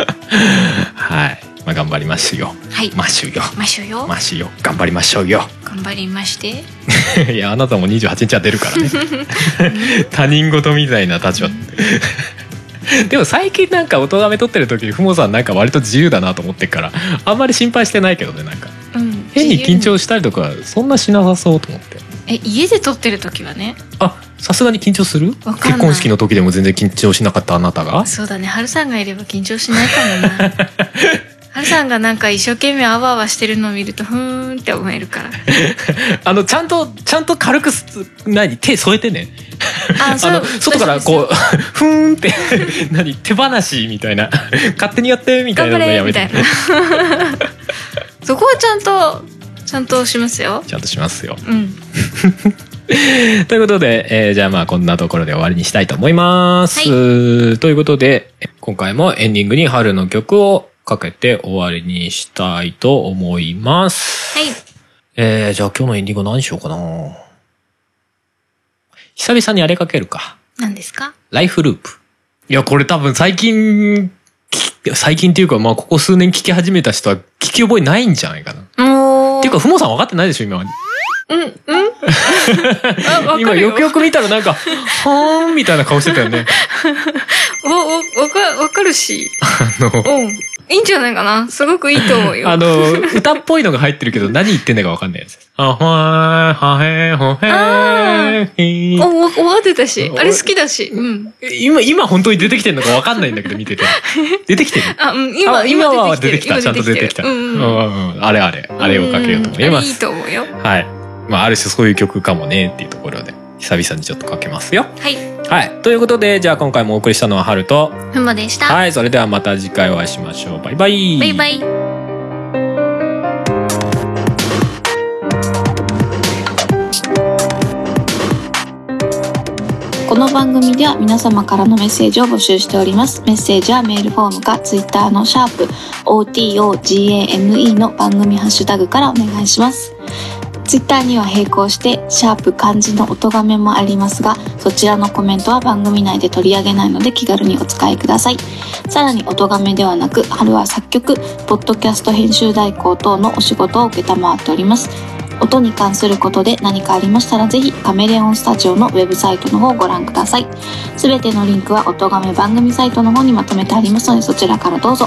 Speaker 1: はい、まあ、頑張りましょう
Speaker 3: はい
Speaker 1: ましゅよ
Speaker 3: ましょうよ
Speaker 1: ましよ頑張りましょうよ
Speaker 3: 頑張りまして
Speaker 1: いやあなたも28日は出るからね 他人事みたいな立場でも最近なんか音がめ取ってる時ふもさんなんか割と自由だなと思ってっからあんまり心配してないけどねなんか
Speaker 3: うん
Speaker 1: 変に緊
Speaker 3: 自由
Speaker 1: 張したりとかそんなしなさそうと思って
Speaker 3: え家で撮ってる時はね
Speaker 1: あさすがに緊張する
Speaker 3: わかんな
Speaker 1: 結
Speaker 3: い
Speaker 1: 婚式の時でも全然緊張しなかったあなたが
Speaker 3: そうだね春さんがいれば緊張しないかも な春さんがなんか一生懸命あわあわしてるのを見るとふーんって思えるから
Speaker 1: あのちゃんとちゃんと軽くす何手添えてね
Speaker 3: あ
Speaker 1: あの外からこう ふーんって何手放しみたいな勝手にやってみたい
Speaker 3: 頑
Speaker 1: な
Speaker 3: 張
Speaker 1: の
Speaker 3: れ
Speaker 1: や
Speaker 3: み
Speaker 1: め
Speaker 3: た
Speaker 1: て
Speaker 3: いな そこはちゃんとちゃんとしますよ
Speaker 1: ちゃんとしますよ。
Speaker 3: うん
Speaker 1: ということで、えーじゃあまあこんなところで終わりにしたいと思います。ということで、今回もエンディングに春の曲をかけて終わりにしたいと思います。
Speaker 3: はい
Speaker 1: えー、じゃあ今日のエンディング何しようかな久々にあれかけるか。
Speaker 3: 何ですか
Speaker 1: ライフループ。いや、これ多分最近、き最近っていうかまあここ数年聞き始めた人は聞き覚えないんじゃないかな。
Speaker 3: おー
Speaker 1: っていうか、ふもさん分かってないでしょ、今。
Speaker 3: うんうん あわか
Speaker 1: 今
Speaker 3: るよ
Speaker 1: よくよく見たらなんか、はーんみたいな顔してたよね。
Speaker 3: おおわかわかるし
Speaker 1: あの、
Speaker 3: うんいいんじゃないかなすごくいいと思うよ
Speaker 1: あの、歌っぽいのが入ってるけど、何言ってんだかわかんないやつ。あはーはへーほへーひー
Speaker 3: おわわかってたし
Speaker 1: お
Speaker 3: あれ好きだしうん
Speaker 1: 今、今本当に出てきてんのかわかんないんだけど、見 てて。出てきてる
Speaker 3: あうん
Speaker 1: あ
Speaker 3: 今
Speaker 1: 今は出てきた。
Speaker 3: 今
Speaker 1: ちゃんと出てきた。
Speaker 3: う
Speaker 1: うんん
Speaker 3: うんうん
Speaker 1: うんあれあれ、あれをかけようと思いま
Speaker 3: うんあいい
Speaker 1: す。
Speaker 3: と思うよ
Speaker 1: はい。まあ、ある種そういう曲かもねっていうところで、久々にちょっとかけますよ。
Speaker 3: はい
Speaker 1: はい。ということで、じゃあ今回もお送りしたのはハルと、
Speaker 3: ふまでした
Speaker 1: はい、それではまた次回お会いしましょう。バイバイ。
Speaker 3: バイバイ
Speaker 2: この番組では皆様からのメッセージを募集しております。メッセージはメールフォームか Twitter のシャープ o t o g a m e の番組ハッシュタグからお願いします。Twitter には並行して、シャープ漢字の音がめもありますが、そちらのコメントは番組内で取り上げないので気軽にお使いください。さらに音がめではなく、春は作曲、ポッドキャスト編集代行等のお仕事を承っております。音に関することで何かありましたらぜひカメレオンスタジオのウェブサイトの方をご覧ください。すべてのリンクは音亀番組サイトの方にまとめてありますのでそちらからどうぞ。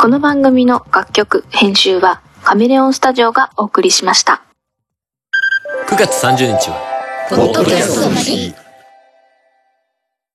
Speaker 2: この番組の楽曲、編集はカメレオンスタジオがお送りしました。
Speaker 4: 9月30日は
Speaker 5: ポッドキャストの日